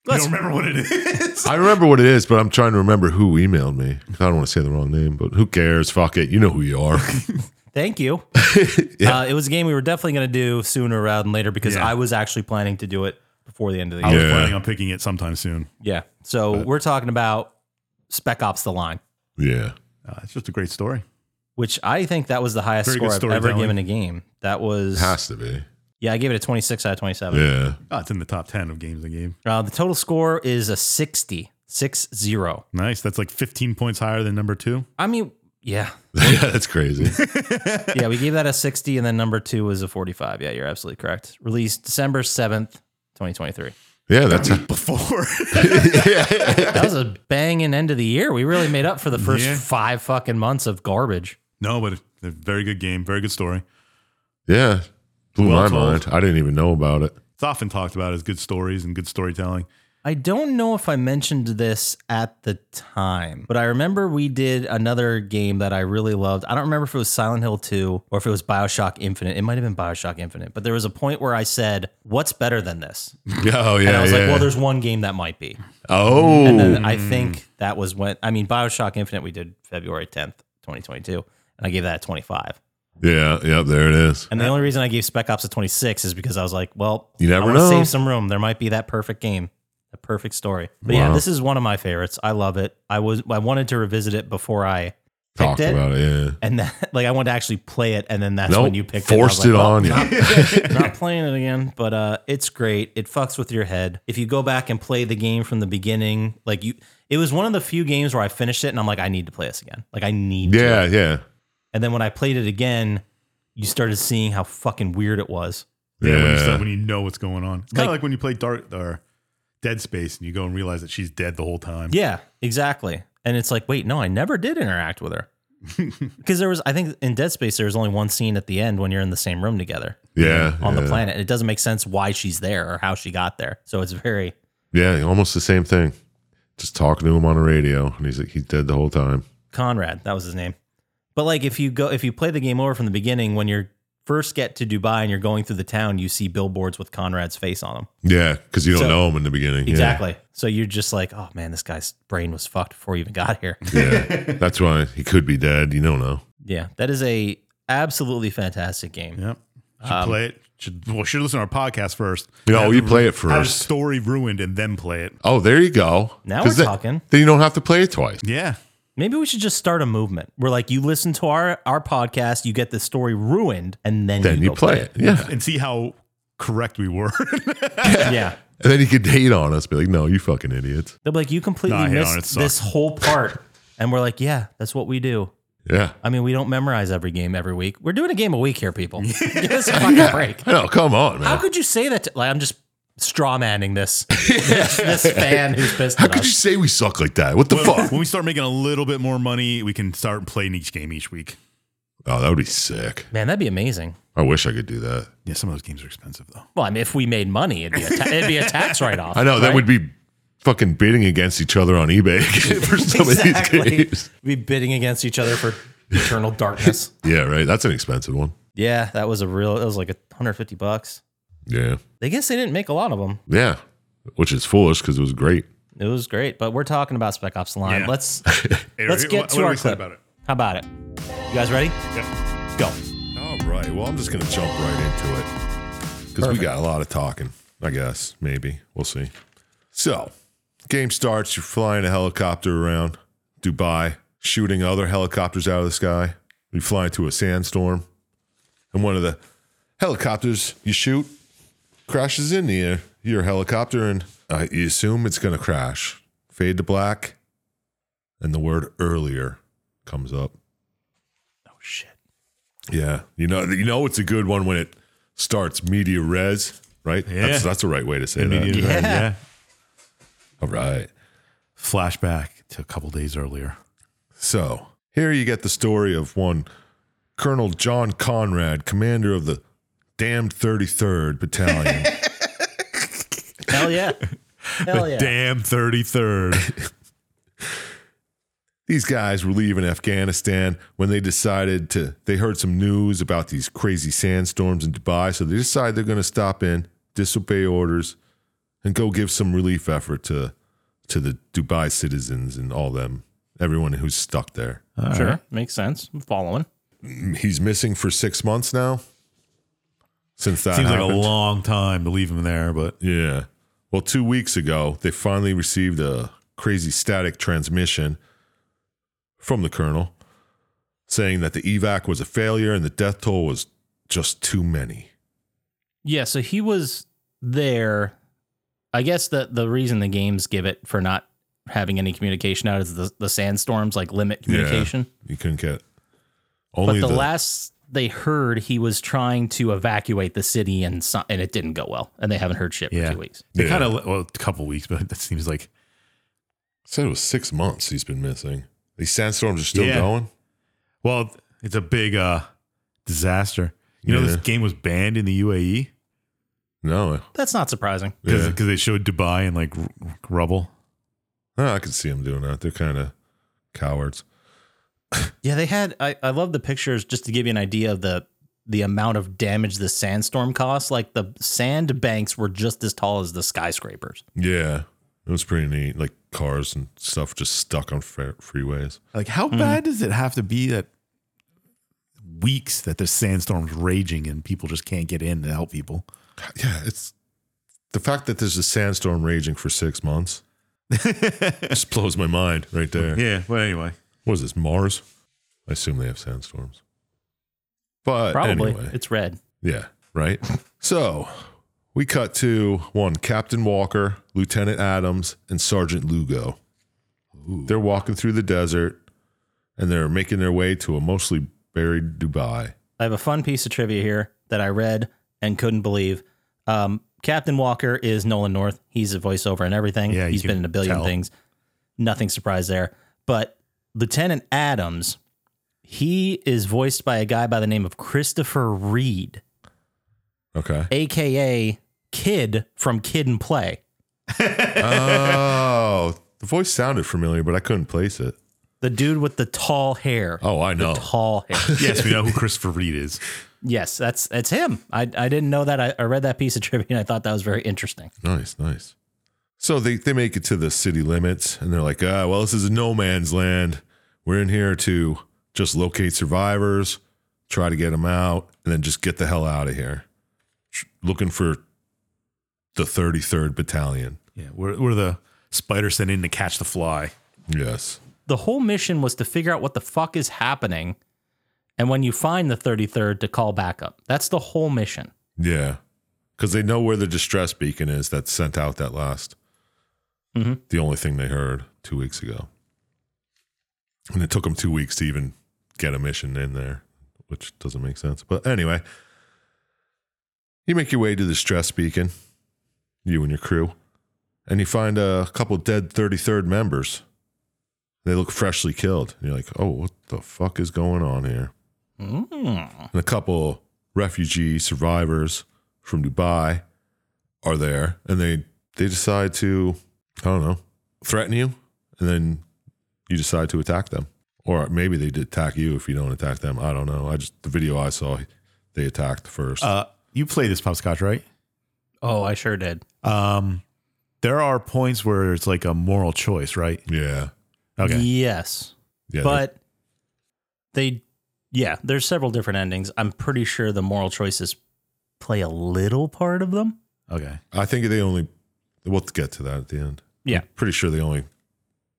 [SPEAKER 3] I don't remember what it
[SPEAKER 6] [LAUGHS]
[SPEAKER 3] is.
[SPEAKER 6] I remember what it is, but I'm trying to remember who emailed me. 'Cause I don't want to say the wrong name, but who cares? Fuck it. You know who
[SPEAKER 2] [LAUGHS]
[SPEAKER 6] you are.
[SPEAKER 2] Thank [LAUGHS] you. uh, it was a game we were definitely going to do sooner rather than later because
[SPEAKER 3] Yeah.
[SPEAKER 2] I was actually planning to do it before the end of the
[SPEAKER 3] I
[SPEAKER 2] year.
[SPEAKER 3] was
[SPEAKER 6] Yeah.
[SPEAKER 3] planning on picking it sometime soon.
[SPEAKER 2] Yeah. So we're talking about Spec Ops: The Line,
[SPEAKER 6] yeah.
[SPEAKER 3] Uh, it's just a great story.
[SPEAKER 2] which I think that was the highest
[SPEAKER 3] Very
[SPEAKER 2] score
[SPEAKER 3] good
[SPEAKER 2] I've ever
[SPEAKER 3] storytelling.
[SPEAKER 2] given a game. That was
[SPEAKER 6] Has to be.
[SPEAKER 2] yeah, I gave it a 26 out of 27.
[SPEAKER 6] Yeah. [LAUGHS]
[SPEAKER 3] Oh, it's in the top 10 of games I gave.
[SPEAKER 2] Uh, the total score is a 60, 6-0.
[SPEAKER 3] Nice. That's like 15 points higher than number
[SPEAKER 6] [LAUGHS]
[SPEAKER 3] two.
[SPEAKER 2] I mean, yeah,
[SPEAKER 6] yeah, that's crazy.
[SPEAKER 2] yeah, we gave that a 60, and then number two was a 45. Yeah, you're absolutely correct. Released December 7th, 2023. [LAUGHS]
[SPEAKER 6] Yeah, that's [LAUGHS]
[SPEAKER 3] Before. [LAUGHS]
[SPEAKER 2] That was a banging end of the year. We really made up for the first
[SPEAKER 3] Yeah.
[SPEAKER 2] five fucking months of garbage.
[SPEAKER 3] no, but a very good game, very good story.
[SPEAKER 6] yeah. Blew
[SPEAKER 3] Well
[SPEAKER 6] my
[SPEAKER 3] told.
[SPEAKER 6] mind. I didn't even know
[SPEAKER 2] [LAUGHS]
[SPEAKER 6] about it.
[SPEAKER 3] It's often talked about as good stories and good storytelling.
[SPEAKER 2] I don't know if I mentioned this at the time, but I remember we did another game that I really loved. I don't remember if it was Silent Hill 2 or if it was Bioshock Infinite. It might have been Bioshock Infinite, but there was a point where I said, What's better than this?
[SPEAKER 6] Oh yeah.
[SPEAKER 2] And I was
[SPEAKER 6] yeah.
[SPEAKER 2] like, Well, there's one game that might be.
[SPEAKER 6] oh.
[SPEAKER 2] And then I think that was when, I mean, Bioshock Infinite we did February 10th, 2022. And I gave that a 25.
[SPEAKER 6] yeah. Yep. There it is.
[SPEAKER 2] And the only reason I gave Spec Ops a 26 is because I was like, well,
[SPEAKER 6] You never
[SPEAKER 2] I wanna
[SPEAKER 6] know.
[SPEAKER 2] Save some room. There might be that perfect game, the perfect story. But yeah,
[SPEAKER 6] Wow.
[SPEAKER 2] this is one of my favorites. I love it. I was I wanted to revisit it before I
[SPEAKER 6] talked
[SPEAKER 2] it?
[SPEAKER 6] about it. Yeah.
[SPEAKER 2] and that, [LAUGHS] like I wanted to actually play it, and then that's
[SPEAKER 6] No,
[SPEAKER 2] when you picked
[SPEAKER 6] forced
[SPEAKER 2] it,
[SPEAKER 6] it,
[SPEAKER 2] and I was like, "Well,
[SPEAKER 6] on
[SPEAKER 2] [LAUGHS]
[SPEAKER 6] you. [LAUGHS]
[SPEAKER 2] not playing it again, but uh, it's great. It fucks with your head. If you go back and play the game from the beginning, like you, it was one of the few games where I finished it and I'm like, I need to play this again. Like I need. to.
[SPEAKER 6] yeah, yeah.
[SPEAKER 2] And then when I played it again, you started seeing how fucking weird it was.
[SPEAKER 3] Yeah, When, you
[SPEAKER 6] Yeah.
[SPEAKER 3] start, when you know what's going on. It's kind of
[SPEAKER 2] Like-
[SPEAKER 3] like, when you play Dark or Dead Space and you go and realize that she's dead the whole time.
[SPEAKER 2] Yeah, exactly. And it's like, wait, no, I never did interact with
[SPEAKER 6] [LAUGHS]
[SPEAKER 2] her. Because there was, I think in Dead Space, there was only one scene at the end when you're in the same room together
[SPEAKER 6] Yeah.
[SPEAKER 2] on the
[SPEAKER 6] yeah.
[SPEAKER 2] planet. And it doesn't make sense why she's there or how she got there. So it's very,
[SPEAKER 6] Yeah, almost the same thing. Just talking to him on the radio, and he's like, he's dead the whole time.
[SPEAKER 2] Conrad, that was his name. But like if you go if you play the game over from the beginning when you're first get to Dubai and you're going through the town, you see billboards with Conrad's face on them.
[SPEAKER 6] Yeah, because you don't
[SPEAKER 2] So-
[SPEAKER 6] know him in the beginning. Yeah.
[SPEAKER 2] Exactly. So you're just like, "Oh man, this guy's brain was fucked before he even got
[SPEAKER 6] [LAUGHS]
[SPEAKER 2] here."
[SPEAKER 6] Yeah. That's why he could be dead. You don't know.
[SPEAKER 2] yeah, that is a absolutely fantastic game.
[SPEAKER 3] Yep. Should
[SPEAKER 2] Um,
[SPEAKER 3] play it. Should, well, should listen to our podcast first.
[SPEAKER 6] No,
[SPEAKER 3] Have
[SPEAKER 6] oh, you
[SPEAKER 3] the-
[SPEAKER 6] play
[SPEAKER 3] Have
[SPEAKER 6] it
[SPEAKER 3] the
[SPEAKER 6] first.
[SPEAKER 3] story ruined and then play it.
[SPEAKER 6] Oh, there you go.
[SPEAKER 2] Now
[SPEAKER 6] 'Cause
[SPEAKER 2] we're
[SPEAKER 6] that-
[SPEAKER 2] talking.
[SPEAKER 6] Then you don't have to play it twice.
[SPEAKER 3] Yeah.
[SPEAKER 2] Maybe we should just start a movement where like you listen to our our podcast, you get the story ruined and then,
[SPEAKER 6] Then you
[SPEAKER 2] go
[SPEAKER 6] play it. Yeah.
[SPEAKER 3] And see how correct we were. [LAUGHS]
[SPEAKER 6] [LAUGHS]
[SPEAKER 2] it. yeah.
[SPEAKER 6] And then you could hate on us, be like, no, you fucking idiots.
[SPEAKER 2] They'll be like, "You completely
[SPEAKER 3] Nah, I hate on it. It
[SPEAKER 2] missed
[SPEAKER 3] sucked."
[SPEAKER 2] this
[SPEAKER 6] [LAUGHS]
[SPEAKER 2] whole part." and we're like, "Yeah, that's what we do."
[SPEAKER 6] Yeah.
[SPEAKER 2] I mean, we don't memorize every game every week. We're doing a game a week here,
[SPEAKER 6] [LAUGHS]
[SPEAKER 2] people. [LAUGHS] Give us a fucking break.
[SPEAKER 6] I know. Come on, man.
[SPEAKER 2] How could you say that? To, like, I'm just straw manning this, [LAUGHS] this
[SPEAKER 6] [LAUGHS]
[SPEAKER 2] this fan who's pissed
[SPEAKER 6] How
[SPEAKER 2] at
[SPEAKER 6] could you
[SPEAKER 2] us.
[SPEAKER 6] say we suck like that? What the
[SPEAKER 2] [LAUGHS]
[SPEAKER 6] fuck?
[SPEAKER 3] when we start making a little bit more money, we can start playing each game each week.
[SPEAKER 6] Oh, that would be sick.
[SPEAKER 2] Man, that'd be amazing.
[SPEAKER 6] I wish I could do that.
[SPEAKER 3] Yeah, some of those games are expensive though.
[SPEAKER 2] Well, I mean, if we made money, it'd be a ta- it'd be a
[SPEAKER 6] [LAUGHS]
[SPEAKER 2] tax write off.
[SPEAKER 6] I know that would be fucking bidding against each other on eBay [LAUGHS] for some of these
[SPEAKER 2] [LAUGHS] exactly.
[SPEAKER 6] games.
[SPEAKER 2] Be bidding against each other for eternal darkness.
[SPEAKER 6] Yeah, right. That's an expensive one.
[SPEAKER 2] Yeah, that was a real. It was like a 150 bucks.
[SPEAKER 6] Yeah.
[SPEAKER 2] I guess they didn't make a lot of them.
[SPEAKER 6] Yeah. Which is foolish because it was great.
[SPEAKER 2] It was great, but we're talking about Spec Ops the Line.
[SPEAKER 3] Yeah.
[SPEAKER 2] Let's
[SPEAKER 3] Hey,
[SPEAKER 2] let's
[SPEAKER 3] what-
[SPEAKER 2] get
[SPEAKER 3] what
[SPEAKER 2] to
[SPEAKER 3] do
[SPEAKER 2] our
[SPEAKER 3] we say
[SPEAKER 2] clip.
[SPEAKER 3] about it?
[SPEAKER 2] How about it? You guys ready? Go.
[SPEAKER 6] All right. Well, I'm just going to jump right into it because we got a lot of talking, I guess. Maybe. We'll see. So, game starts. You're flying a helicopter around Dubai, shooting other helicopters out of the sky. You fly into a sandstorm, and one of the helicopters you shoot crashes into your, your helicopter, and uh, you assume it's going to crash. Fade to black, and the word earlier comes up. Yeah, you know, you know, it's a good one when it starts media res, right?
[SPEAKER 3] Yeah.
[SPEAKER 6] That's, that's the right way to say that.
[SPEAKER 3] Immediate-
[SPEAKER 2] Yeah.
[SPEAKER 6] All right.
[SPEAKER 3] Flashback to a couple days earlier.
[SPEAKER 6] So here you get the story of one Colonel John Conrad, commander of the damned 33rd Battalion.
[SPEAKER 3] [LAUGHS]
[SPEAKER 2] Hell yeah. Hell yeah.
[SPEAKER 3] Damn, thirty third.
[SPEAKER 6] these guys were leaving Afghanistan when they decided to they heard some news about these crazy sandstorms in Dubai, so they decide they're going to stop in, disobey orders, and go give some relief effort to to the Dubai citizens and all them, everyone who's stuck there.
[SPEAKER 3] Uh,
[SPEAKER 2] sure. Makes sense. I'm following.
[SPEAKER 6] He's missing for 6 months now. Since that
[SPEAKER 3] Seems like a
[SPEAKER 6] happened.
[SPEAKER 3] long time to leave him there, but
[SPEAKER 6] Yeah. Well, two weeks ago, they finally received a crazy static transmission from the colonel saying that the evac was a failure and the death toll was just too many.
[SPEAKER 2] Yeah, so he was there. I guess the the reason the games give it for not having any communication out is the, the sandstorms like limit communication.
[SPEAKER 6] You couldn't get
[SPEAKER 2] but
[SPEAKER 6] only
[SPEAKER 2] the,
[SPEAKER 6] the,
[SPEAKER 2] last they heard, he was trying to evacuate the city, and so, and it didn't go well. And they haven't heard shit for
[SPEAKER 3] Yeah.
[SPEAKER 2] two weeks.
[SPEAKER 3] they
[SPEAKER 6] Yeah.
[SPEAKER 3] kind of well, a couple weeks, [LAUGHS] but that seems like
[SPEAKER 6] said it was six months he's been missing. These sandstorms are still
[SPEAKER 3] Yeah.
[SPEAKER 6] going.
[SPEAKER 3] well, it's a big uh disaster. You know, this
[SPEAKER 6] Yeah.
[SPEAKER 3] game was banned in the UAE
[SPEAKER 6] No,
[SPEAKER 2] That's not surprising.
[SPEAKER 3] because
[SPEAKER 6] Yeah.
[SPEAKER 3] they showed Dubai and like r- r- rubble.
[SPEAKER 6] no, I could see them doing that. They're kind of cowards.
[SPEAKER 2] Yeah, they had. I, I love the pictures just to give you an idea of the the amount of damage the sandstorm cost. Like the sand banks were just as tall as the skyscrapers.
[SPEAKER 6] Yeah, it was pretty neat. Like cars and stuff just stuck on fa- freeways.
[SPEAKER 3] Like, how bad does it have to be that weeks that the sandstorm's raging and people just can't get in to help people?
[SPEAKER 6] yeah, it's the fact that there's a sandstorm raging for six months [LAUGHS] just blows my mind right
[SPEAKER 3] [LAUGHS]
[SPEAKER 6] there.
[SPEAKER 3] Yeah, but anyway,
[SPEAKER 6] What is this, Mars? I assume they have sandstorms.
[SPEAKER 3] Uh,
[SPEAKER 6] But
[SPEAKER 2] Probably.
[SPEAKER 6] anyway,
[SPEAKER 2] It's red.
[SPEAKER 6] yeah, right. so we cut to one Captain Walker, Lieutenant Adams, and Sergeant Lugo. They're walking through the desert and they're making their way to a mostly buried Dubai.
[SPEAKER 2] I have a fun piece of trivia here that I read and couldn't believe. Um, Captain Walker is Nolan North. He's a voiceover and everything.
[SPEAKER 3] Yeah, you
[SPEAKER 2] he's been
[SPEAKER 3] can
[SPEAKER 2] in a billion
[SPEAKER 3] tell.
[SPEAKER 2] things. Nothing surprised there. But Lieutenant Adams, he is voiced by a guy by the name of Christopher Reed, [LAUGHS]
[SPEAKER 6] Okay.
[SPEAKER 2] aka Kid from Kid and Play.
[SPEAKER 6] oh, the voice sounded familiar, but I couldn't place it.
[SPEAKER 2] The dude with the tall hair.
[SPEAKER 6] Oh, I know.
[SPEAKER 2] Tall [LAUGHS] hair.
[SPEAKER 3] yes, we know who Christopher Reed is.
[SPEAKER 2] yes, that's that's him. I, I didn't know that. I, I read that piece of trivia and I thought that was very interesting.
[SPEAKER 6] Nice, nice. So they, they make it to the city limits and they're like, ah, well, this is a no man's land. We're in here to just locate survivors, try to get them out, and then just get the hell out of here. Tr- Looking for the 33rd Battalion.
[SPEAKER 3] Yeah, we're, we're the spider sent in to catch the fly.
[SPEAKER 6] Yes.
[SPEAKER 2] the whole mission was to figure out what the fuck is happening and when you find the 33rd to call backup that's the whole mission
[SPEAKER 6] Yeah. Because they know where the distress beacon is that sent out that last,
[SPEAKER 2] Mhm.
[SPEAKER 6] the only thing they heard two weeks ago. And it took them two weeks to even get a mission in there, which doesn't make sense. But anyway, you make your way to the distress beacon, you and your crew, and you find a couple dead 33rd members. They look freshly killed. And you're like, oh, what the fuck is going on here?
[SPEAKER 2] mm.
[SPEAKER 6] and a couple refugee survivors from Dubai are there, and they they decide to I don't know threaten you, and then you decide to attack them, or maybe they did attack you if you don't attack them. I don't know. I just the video I saw, they attacked first.
[SPEAKER 3] Uh, you play this popscotch, right?
[SPEAKER 2] oh i sure did
[SPEAKER 3] Um, there are points where it's like a moral choice, right?
[SPEAKER 6] yeah,
[SPEAKER 3] Okay.
[SPEAKER 2] yes
[SPEAKER 6] yeah.
[SPEAKER 2] but they yeah there's several different endings i'm pretty sure the moral choices play a little part of them
[SPEAKER 3] Okay.
[SPEAKER 6] I think they only we'll get to that at the end.
[SPEAKER 2] yeah
[SPEAKER 6] pretty sure they only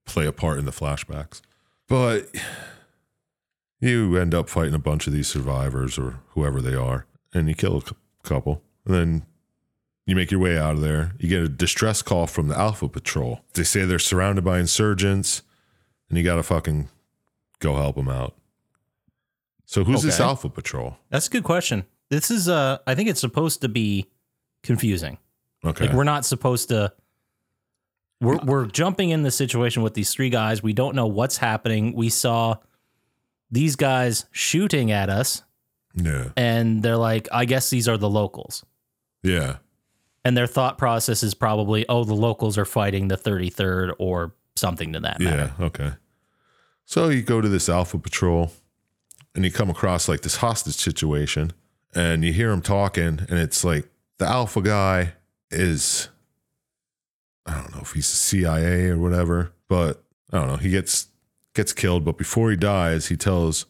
[SPEAKER 6] play a part in the flashbacks. But you end up fighting a bunch of these survivors or whoever they are, and you kill a cou- couple. And then you make your way out of there. You get a distress call from the Alpha Patrol. They say they're surrounded by insurgents, and you got to fucking go help them out. So who's this
[SPEAKER 2] Okay.
[SPEAKER 6] Alpha Patrol?
[SPEAKER 2] that's a good question this is uh i think it's supposed to be confusing
[SPEAKER 6] Okay.
[SPEAKER 2] Like we're not supposed to. We're we're jumping in the situation with these three guys. We don't know what's happening. We saw these guys shooting at us,
[SPEAKER 6] yeah.
[SPEAKER 2] and they're like, "I guess these are the locals."
[SPEAKER 6] Yeah.
[SPEAKER 2] And their thought process is probably, "Oh, the locals are fighting the 33rd or something to that matter."
[SPEAKER 6] Yeah. Okay. So you go to this Alpha Patrol and you come across like this hostage situation and you hear him talking and it's like the Alpha guy is, I don't know if he's CIA or whatever, but I don't know. He gets, gets killed. But before he dies, he tells,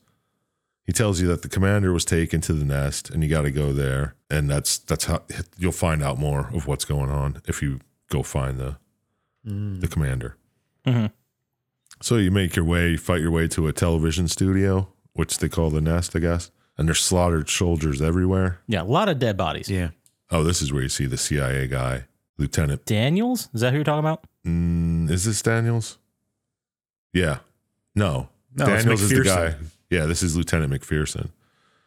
[SPEAKER 6] he tells you that the commander was taken to the nest and you got to go there. And that's, that's how you'll find out more of what's going on if you go find the,
[SPEAKER 2] Mm.
[SPEAKER 6] the commander. So you make your way, you fight your way to a television studio, which they call the nest, I guess. And there's slaughtered soldiers everywhere.
[SPEAKER 2] Yeah, a lot of dead bodies.
[SPEAKER 3] Yeah.
[SPEAKER 6] Oh, this is where you see the CIA guy, Lieutenant.
[SPEAKER 2] Daniels, is that who you're talking about?
[SPEAKER 6] Mm, is this Daniels? Yeah. No.
[SPEAKER 3] No, it's
[SPEAKER 6] Daniels is the
[SPEAKER 3] McPherson.
[SPEAKER 6] guy. Yeah, this is Lieutenant McPherson.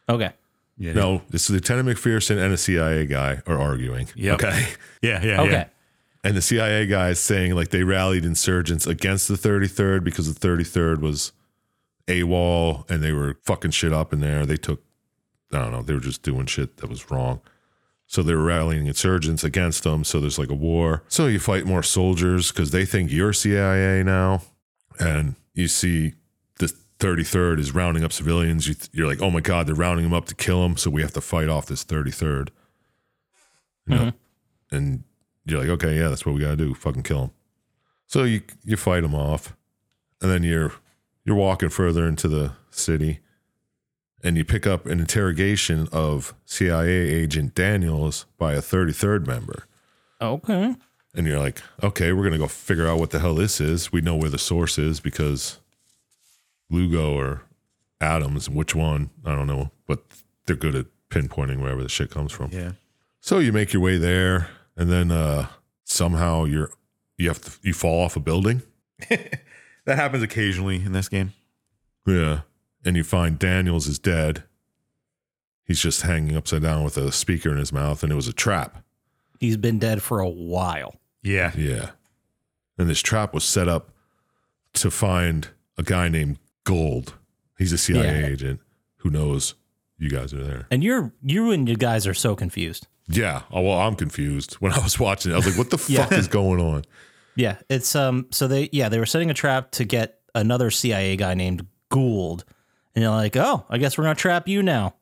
[SPEAKER 2] Okay,
[SPEAKER 3] Yeah.
[SPEAKER 6] No, this is Lieutenant McPherson and a CIA guy are arguing.
[SPEAKER 3] Yep.
[SPEAKER 6] Okay.
[SPEAKER 3] Yeah. Yeah.
[SPEAKER 2] okay.
[SPEAKER 3] Yeah.
[SPEAKER 6] And the CIA guy is saying like they rallied insurgents against the 33rd because the 33rd was AWOL and they were fucking shit up in there. They took, I don't know, they were just doing shit that was wrong. So they were rallying insurgents against them. So there's like a war. So you fight more soldiers because they think you're CIA now. And you see the 33rd is rounding up civilians. You th- you're like, oh my God, they're rounding them up to kill them. So we have to fight off this 33rd. You know? And you're like, okay, yeah, that's what we gotta do. Fucking kill him. So you you fight him off, and then you're you're walking further into the city, and you pick up an interrogation of CIA agent Daniels by a 33rd member,
[SPEAKER 2] Okay.
[SPEAKER 6] and you're like, okay, we're gonna go figure out what the hell this is. We know where the source is because Lugo or atoms. Which one? I don't know, but they're good at pinpointing wherever the shit comes from.
[SPEAKER 3] Yeah.
[SPEAKER 6] So you make your way there, and then uh, somehow you're you have to you fall off a building.
[SPEAKER 3] That happens occasionally in this game.
[SPEAKER 6] Yeah, and you find Daniels is dead. He's just hanging upside down with a speaker in his mouth, and it was a trap.
[SPEAKER 2] He's been dead for a while.
[SPEAKER 3] Yeah.
[SPEAKER 6] Yeah, and this trap was set up to find a guy named Gold. He's a CIA
[SPEAKER 2] Yeah.
[SPEAKER 6] agent who knows you guys are there.
[SPEAKER 2] And you're you and you guys are so confused.
[SPEAKER 6] Yeah. Oh, well, I'm confused. When I was watching it, I was like, what the
[SPEAKER 2] [LAUGHS] Yeah.
[SPEAKER 6] fuck is going on?
[SPEAKER 2] Yeah, it's um. So they yeah they were setting a trap to get another CIA guy named Gould, and you're like, oh, I guess we're gonna trap you now,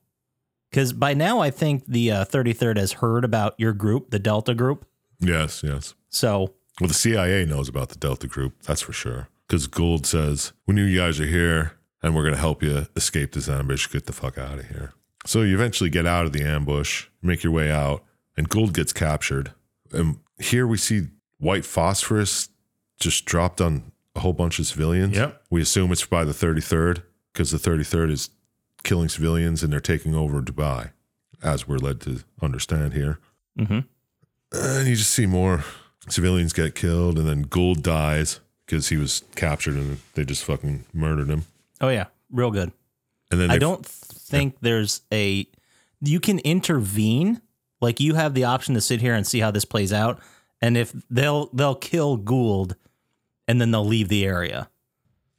[SPEAKER 2] because by now I think the uh, 33rd has heard about your group, the Delta Group.
[SPEAKER 6] Yes, yes.
[SPEAKER 2] So
[SPEAKER 6] Well, the CIA knows about the Delta Group, that's for sure. Because Gould says, we knew you guys are here and we're going to help you escape this ambush. Get the fuck out of here. So you eventually get out of the ambush, make your way out, and Gould gets captured. And here we see white phosphorus just dropped on a whole bunch of civilians.
[SPEAKER 3] Yep.
[SPEAKER 6] We assume it's by the 33rd because the 33rd is killing civilians and they're taking over Dubai, as we're led to understand here.
[SPEAKER 2] Mhm.
[SPEAKER 6] And you just see more civilians get killed, and then Gould dies because he was captured and they just fucking murdered him.
[SPEAKER 2] oh yeah, real good.
[SPEAKER 6] And then
[SPEAKER 2] I
[SPEAKER 6] they-
[SPEAKER 2] don't think there's a you can intervene. Like you have the option to sit here and see how this plays out, and if they'll they'll kill Gould, and then they'll leave the area,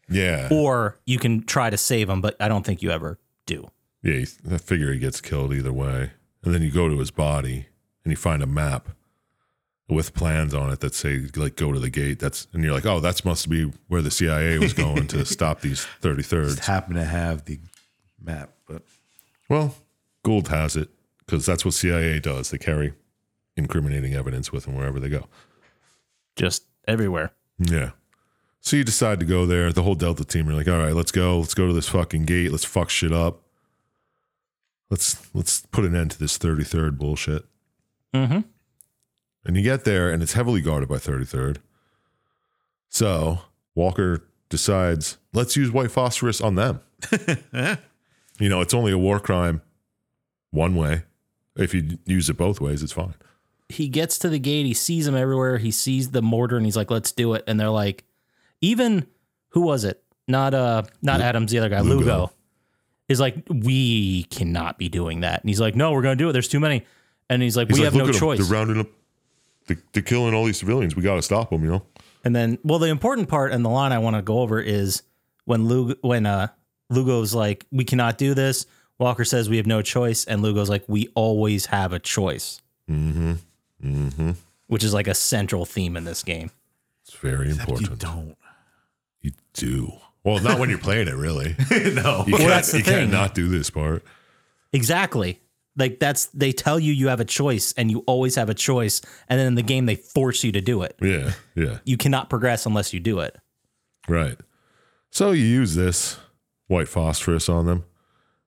[SPEAKER 6] yeah,
[SPEAKER 2] or you can try to save him. But I don't think you ever do.
[SPEAKER 6] yeah. he- I figure he gets killed either way. And then you go to his body and you find a map with plans on it that say like go to the gate. That's and you're like, oh, that's must be where the CIA
[SPEAKER 2] [LAUGHS]
[SPEAKER 6] was going to stop these 33rds.
[SPEAKER 3] Just happen to have the map, but
[SPEAKER 6] Well, Gould has it because that's what CIA does. They carry incriminating evidence with them wherever they go.
[SPEAKER 2] Just everywhere.
[SPEAKER 6] Yeah. So you decide to go there. The whole Delta team are like, all right, let's go. Let's go to this fucking gate. Let's fuck shit up. Let's let's put an end to this 33rd bullshit.
[SPEAKER 2] Mm-hmm.
[SPEAKER 6] And you get there, and it's heavily guarded by 33rd. So Walker decides, let's use white phosphorus on them. you know, it's only a war crime one way. If you use it both ways, it's fine.
[SPEAKER 2] He gets to the gate. He sees him everywhere. He sees the mortar, and he's like, "Let's do it." And they're like, "Even who was it? Not uh, not Adams, the other guy,
[SPEAKER 6] Lugo.
[SPEAKER 2] Lugo, is like, we cannot be doing that." And he's like, "No, we're gonna do it. There's too many." And he's like,
[SPEAKER 6] He's
[SPEAKER 2] "We
[SPEAKER 6] like,
[SPEAKER 2] have no
[SPEAKER 6] "Look at 'em.
[SPEAKER 2] choice."
[SPEAKER 6] They're rounding up, they're, they're killing all these civilians. We got to stop them, you know?
[SPEAKER 2] And then, well, the important part and the line I want to go over is when Lugo, when uh, Lugo's like, "We cannot do this." Walker says, "We have no choice," and Lugo's like, "We always have a choice,"
[SPEAKER 6] Mm-hmm. Mm-hmm.
[SPEAKER 2] which is like a central theme in this game.
[SPEAKER 6] It's very
[SPEAKER 3] you
[SPEAKER 6] important.
[SPEAKER 3] don't.
[SPEAKER 6] You do. Well, not when you're playing
[SPEAKER 2] [LAUGHS]
[SPEAKER 6] it, really.
[SPEAKER 3] no.
[SPEAKER 6] You, can't,
[SPEAKER 2] that's the
[SPEAKER 6] you can't
[SPEAKER 2] thing.
[SPEAKER 6] not do this part.
[SPEAKER 2] Exactly. Like that's they tell you you have a choice and you always have a choice and then in the game they force you to do it.
[SPEAKER 6] Yeah, yeah.
[SPEAKER 2] You cannot progress unless you do it.
[SPEAKER 6] Right. So you use this white phosphorus on them,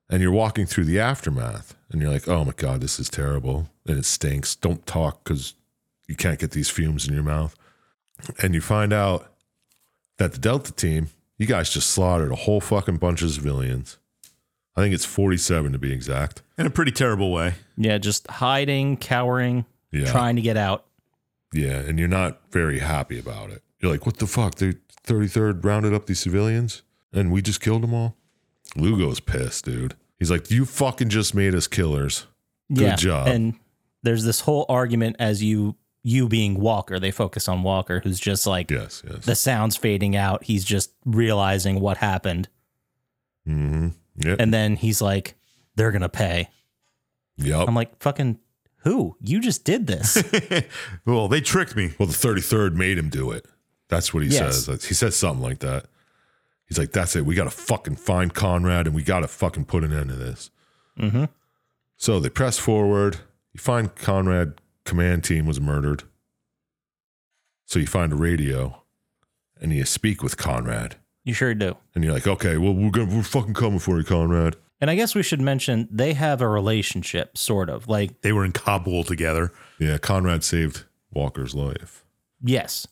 [SPEAKER 6] and you're walking through the aftermath, and you're like, oh my God, this is terrible. And it stinks. Don't talk because you can't get these fumes in your mouth. And you find out that the Delta team, you guys just slaughtered a whole fucking bunch of civilians. I think it's 47 to be exact.
[SPEAKER 3] In a pretty terrible way. [LAUGHS]
[SPEAKER 2] Yeah, just hiding, cowering,
[SPEAKER 6] Yeah.
[SPEAKER 2] trying to get out.
[SPEAKER 6] Yeah, and you're not very happy about it. You're like, what the fuck? The 33rd rounded up these civilians and we just killed them all? Lugo's pissed, dude. He's like, you fucking just made us killers. Good
[SPEAKER 2] yeah.
[SPEAKER 6] job.
[SPEAKER 2] And there's this whole argument as you you being Walker, they focus on Walker who's just like
[SPEAKER 6] Yes, yes.
[SPEAKER 2] the sounds fading out, he's just realizing what happened
[SPEAKER 6] Mm-hmm. Yep.
[SPEAKER 2] and then he's like they're going to pay.
[SPEAKER 6] yep.
[SPEAKER 2] I'm like fucking who? You just did
[SPEAKER 6] [LAUGHS]
[SPEAKER 2] this.
[SPEAKER 3] well, they tricked me.
[SPEAKER 6] well, the 33rd made him do it. That's what he
[SPEAKER 2] Yes.
[SPEAKER 6] says. He says something like that. He's like, that's it. We got to fucking find Conrad and we got to fucking put an end to this.
[SPEAKER 2] mhm.
[SPEAKER 6] So they press forward. You find Conrad command team was murdered. So you find a radio and you speak with Conrad.
[SPEAKER 2] You sure do.
[SPEAKER 6] And you're like, okay, well, we're, gonna, we're fucking coming for you, Conrad.
[SPEAKER 2] And I guess we should mention they have a relationship, sort of. Like,
[SPEAKER 3] They were in Kabul together.
[SPEAKER 6] Yeah, Conrad saved Walker's life.
[SPEAKER 2] yes.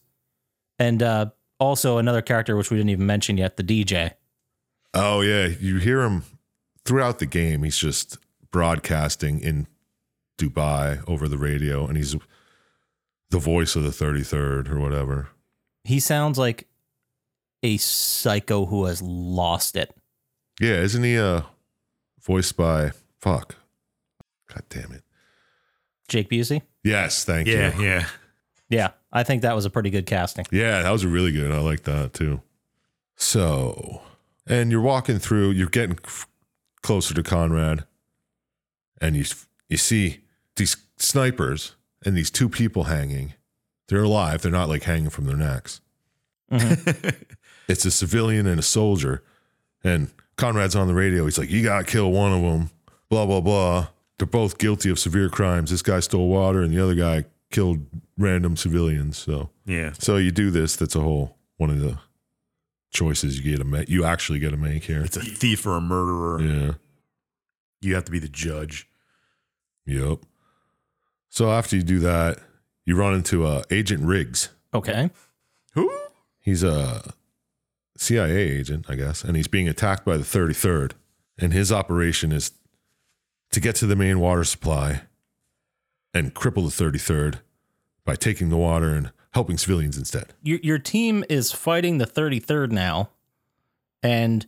[SPEAKER 2] And uh, also another character which we didn't even mention yet, the DJ.
[SPEAKER 6] Oh yeah, you hear him throughout the game. He's just broadcasting in Dubai over the radio, and he's the voice of the 33rd or whatever.
[SPEAKER 2] He sounds like a psycho who has lost it.
[SPEAKER 6] Yeah, isn't he uh voiced by fuck? God damn it!
[SPEAKER 2] Jake Busey.
[SPEAKER 6] Yes, thank
[SPEAKER 3] Yeah,
[SPEAKER 6] you.
[SPEAKER 3] yeah.
[SPEAKER 2] Yeah, I think that was a pretty good casting.
[SPEAKER 6] Yeah, that was really good. I like that too. So, and you're walking through, you're getting f- closer to Conrad, and you s- you see these snipers and these two people hanging. They're alive. They're not like hanging from their necks. [LAUGHS] it's a civilian and a soldier, and Conrad's on the radio. He's like, "You got to kill one of them." Blah blah blah. They're both guilty of severe crimes. This guy stole water, and the other guy killed random civilians. So.
[SPEAKER 3] Yeah.
[SPEAKER 6] So you do this. That's a whole one of the choices you get to make. You actually get to make here.
[SPEAKER 3] It's a thief or a murderer.
[SPEAKER 6] Yeah.
[SPEAKER 3] You have to be the judge.
[SPEAKER 6] Yep. So after you do that, you run into uh, Agent Riggs.
[SPEAKER 2] Okay.
[SPEAKER 3] Who?
[SPEAKER 6] He's a CIA agent, I guess, and he's being attacked by the 33rd. And his operation is to get to the main water supply and cripple the 33rd by taking the water and helping civilians instead.
[SPEAKER 2] Your your team is fighting the 33rd now and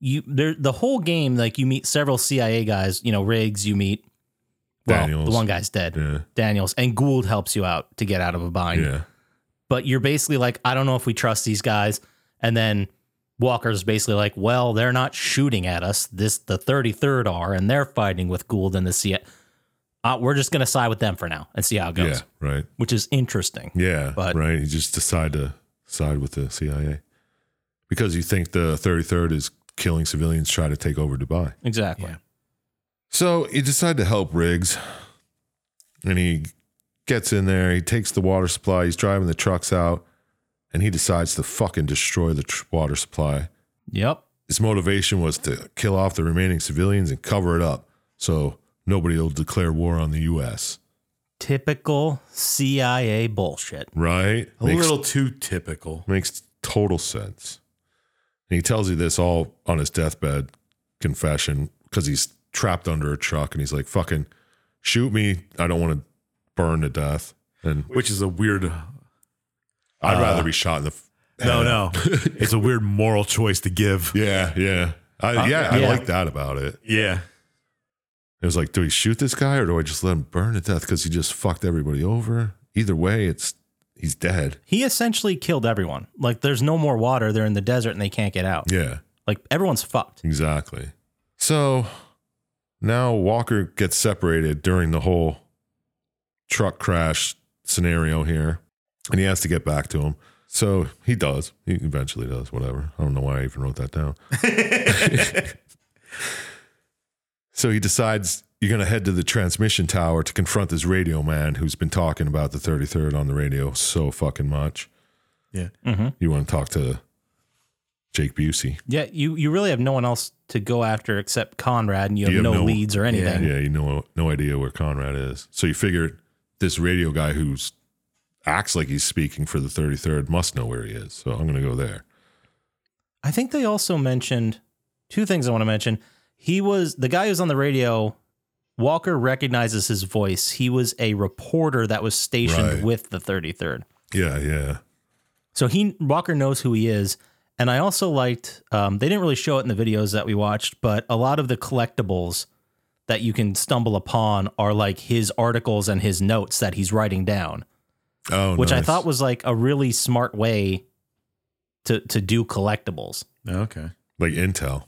[SPEAKER 2] you there the whole game like you meet several CIA guys, you know, Riggs, you meet well,
[SPEAKER 6] Daniels.
[SPEAKER 2] the one guy's dead.
[SPEAKER 6] Yeah.
[SPEAKER 2] Daniels and Gould helps you out to get out of a bind.
[SPEAKER 6] Yeah.
[SPEAKER 2] But you're basically like, I don't know if we trust these guys. And then Walker's basically like, well, they're not shooting at us. This the 33rd are, and they're fighting with Gould and the CIA. Uh, we're just gonna side with them for now and see how it goes,
[SPEAKER 6] Yeah. Right.
[SPEAKER 2] which is interesting.
[SPEAKER 6] Yeah,
[SPEAKER 2] But-
[SPEAKER 6] right. You just decide to side with the CIA because you think the 33rd is killing civilians, try to take over Dubai.
[SPEAKER 2] Exactly.
[SPEAKER 3] Yeah.
[SPEAKER 6] So you decide to help Riggs, and he gets in there. He takes the water supply. He's driving the trucks out, and he decides to fucking destroy the tr- water supply.
[SPEAKER 2] Yep.
[SPEAKER 6] His motivation was to kill off the remaining civilians and cover it up, so nobody will declare war on the U.S.
[SPEAKER 2] Typical CIA bullshit.
[SPEAKER 6] Right?
[SPEAKER 3] A
[SPEAKER 6] Makes
[SPEAKER 3] little too typical.
[SPEAKER 6] Makes total sense. And he tells you this all on his deathbed confession because he's trapped under a truck and he's like, fucking shoot me. I don't want to burn to death. And
[SPEAKER 3] Which is a weird
[SPEAKER 6] I'd rather be shot in the. F-
[SPEAKER 3] No, [LAUGHS] no. it's a weird moral choice to give.
[SPEAKER 6] yeah, yeah. I, yeah, I
[SPEAKER 2] yeah.
[SPEAKER 6] like that about it.
[SPEAKER 3] Yeah.
[SPEAKER 6] It was like, do we shoot this guy or do I just let him burn to death because he just fucked everybody over? Either way, it's he's dead.
[SPEAKER 2] He essentially killed everyone. Like there's no more water. They're in the desert and they can't get out.
[SPEAKER 6] Yeah.
[SPEAKER 2] Like everyone's fucked.
[SPEAKER 6] Exactly. So now Walker gets separated during the whole truck crash scenario here, and he has to get back to him. So he does. He eventually does, whatever. I don't know why I even wrote that down. so he decides you're going to head to the transmission tower to confront this radio man who's been talking about the 33rd on the radio so fucking much.
[SPEAKER 3] Yeah.
[SPEAKER 6] You want to talk to Jake Busey.
[SPEAKER 2] Yeah, you, you really have no one else to go after except Conrad, and you have,
[SPEAKER 6] have
[SPEAKER 2] no,
[SPEAKER 6] no-
[SPEAKER 2] leads or anything.
[SPEAKER 6] Yeah, you know, no idea where Conrad is. So you figure this radio guy who's acts like he's speaking for the 33rd must know where he is. So I'm going to go there.
[SPEAKER 2] I think they also mentioned two things I want to mention. He was the guy who's on the radio. Walker recognizes his voice. He was a reporter that was stationed
[SPEAKER 6] Right.
[SPEAKER 2] with the 33rd.
[SPEAKER 6] Yeah, yeah,
[SPEAKER 2] So he Walker knows who he is. And I also liked um, they didn't really show it in the videos that we watched, but a lot of the collectibles that you can stumble upon are like his articles and his notes that he's writing down,
[SPEAKER 6] Oh,
[SPEAKER 2] which I
[SPEAKER 6] nice.
[SPEAKER 2] thought was like a really smart way to to do collectibles.
[SPEAKER 3] Okay.
[SPEAKER 6] like intel.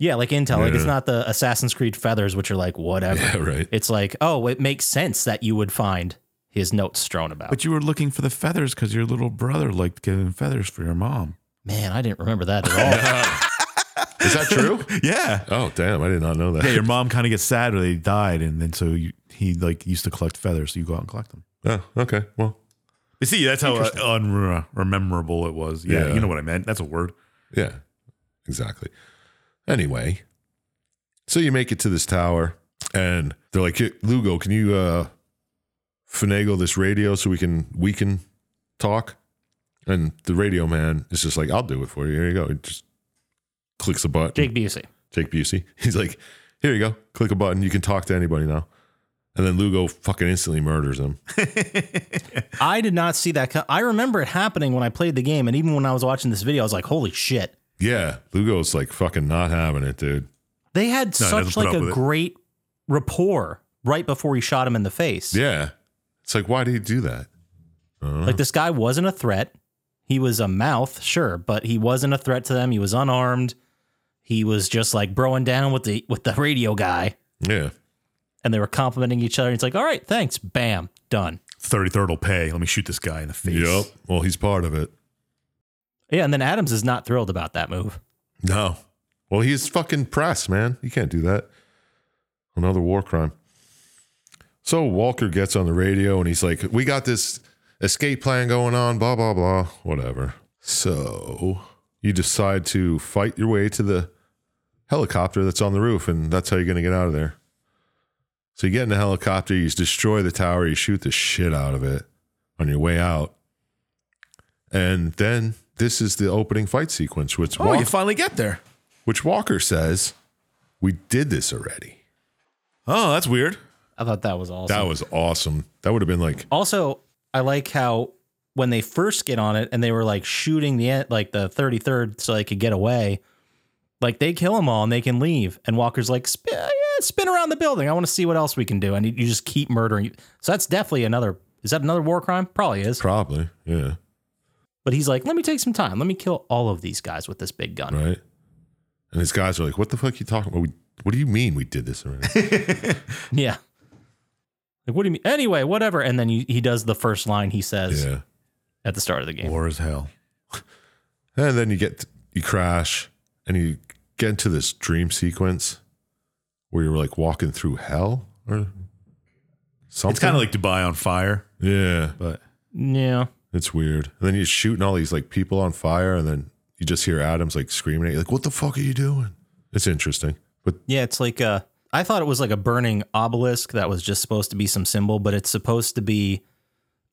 [SPEAKER 2] Yeah, like Intel. Like it's
[SPEAKER 6] Yeah.
[SPEAKER 2] not the Assassin's Creed feathers, which are like whatever.
[SPEAKER 6] [LAUGHS] Yeah, right.
[SPEAKER 2] It's like, oh, it makes sense that you would find his notes strewn about.
[SPEAKER 3] But you were looking for the feathers because your little brother liked getting feathers for your mom.
[SPEAKER 2] Man, I didn't remember that
[SPEAKER 6] [LAUGHS]
[SPEAKER 2] at all.
[SPEAKER 6] Is that true?
[SPEAKER 3] [LAUGHS] Yeah.
[SPEAKER 6] [LAUGHS] oh, damn. I did not know that.
[SPEAKER 3] Yeah, your mom kind of gets sad when they died, and then so you, he like used to collect feathers, so you go out and collect them.
[SPEAKER 6] [LAUGHS] oh, okay. Well,
[SPEAKER 3] You see, that's how uh, unrememberable it was. Yeah,
[SPEAKER 6] Yeah.
[SPEAKER 3] you know what I meant. That's a word.
[SPEAKER 6] yeah, exactly. Anyway, so you make it to this tower and they're like, "Hey, Lugo, can you uh, finagle this radio so we can, we can talk? And the radio man is just like, I'll do it for you. Here you go. He just clicks a button.
[SPEAKER 2] Jake Busey.
[SPEAKER 6] Jake Busey. [LAUGHS] He's like, here you go, click a button, you can talk to anybody now. And then Lugo fucking instantly murders him.
[SPEAKER 2] I did not see that. Co- I remember it happening when I played the game, and even when I was watching this video, I was like, "Holy shit!"
[SPEAKER 6] Yeah, Lugo's like fucking not having it, dude.
[SPEAKER 2] They had
[SPEAKER 3] No, he doesn't
[SPEAKER 2] such
[SPEAKER 3] put
[SPEAKER 2] like
[SPEAKER 3] up
[SPEAKER 2] a
[SPEAKER 3] with it.
[SPEAKER 2] great rapport right before he shot him in the face.
[SPEAKER 6] Yeah, it's like why did he do that? I don't know.
[SPEAKER 2] Like this guy wasn't a threat. He was a mouth, sure, but he wasn't a threat to them. He was unarmed. He was just like broing down with the with the radio guy,
[SPEAKER 6] yeah,
[SPEAKER 2] and they were complimenting each other. It's like, all right, thanks, bam, done.
[SPEAKER 3] 33rd will pay. Let me shoot this guy in the face.
[SPEAKER 6] yep. Well, he's part of it.
[SPEAKER 2] Yeah, and then Adams is not thrilled about that move.
[SPEAKER 6] No. Well, he's fucking press, man. You can't do that. Another war crime. So Walker gets on the radio and he's like, We got this escape plan going on, blah, blah, blah, whatever. So you decide to fight your way to the helicopter that's on the roof, and that's how you're going to get out of there. So you get in the helicopter, you destroy the tower, you shoot the shit out of it on your way out. And then this is the opening fight sequence, which
[SPEAKER 4] Oh,
[SPEAKER 6] Walker
[SPEAKER 4] you finally get there.
[SPEAKER 6] which Walker says, We did this already.
[SPEAKER 4] Oh, that's weird.
[SPEAKER 2] I thought that was awesome.
[SPEAKER 6] That was awesome. That would have been like,
[SPEAKER 2] Also, I like how when they first get on it and they were like shooting the en- like the 33rd so they could get away, like they kill them all and they can leave. And Walker's like, spin, yeah, spin around the building. I want to see what else we can do. And you you just keep murdering. So that's definitely another. Is that another war crime? Probably is.
[SPEAKER 6] probably, yeah,
[SPEAKER 2] But he's like, let me take some time. Let me kill all of these guys with this big gun. [LAUGHS]
[SPEAKER 6] right. And his guys are like, What the fuck you talking about? We, what do you mean we did this
[SPEAKER 3] [LAUGHS]
[SPEAKER 6] already?
[SPEAKER 2] Yeah. Like, what do you mean? Anyway, whatever. And then you, he does the first line he says
[SPEAKER 6] yeah.
[SPEAKER 2] at the start of the game.
[SPEAKER 3] War is hell.
[SPEAKER 6] And then you get, you crash and you get into this dream sequence where you're like walking through hell or something.
[SPEAKER 3] It's kind of like Dubai on fire,
[SPEAKER 6] yeah,
[SPEAKER 3] but
[SPEAKER 2] Yeah.
[SPEAKER 6] it's weird. And then you're shooting all these like people on fire and then you just hear Adams like screaming at you, like, What the fuck are you doing? It's interesting. But
[SPEAKER 2] Yeah, it's like a. I thought it was like a burning obelisk that was just supposed to be some symbol, but it's supposed to be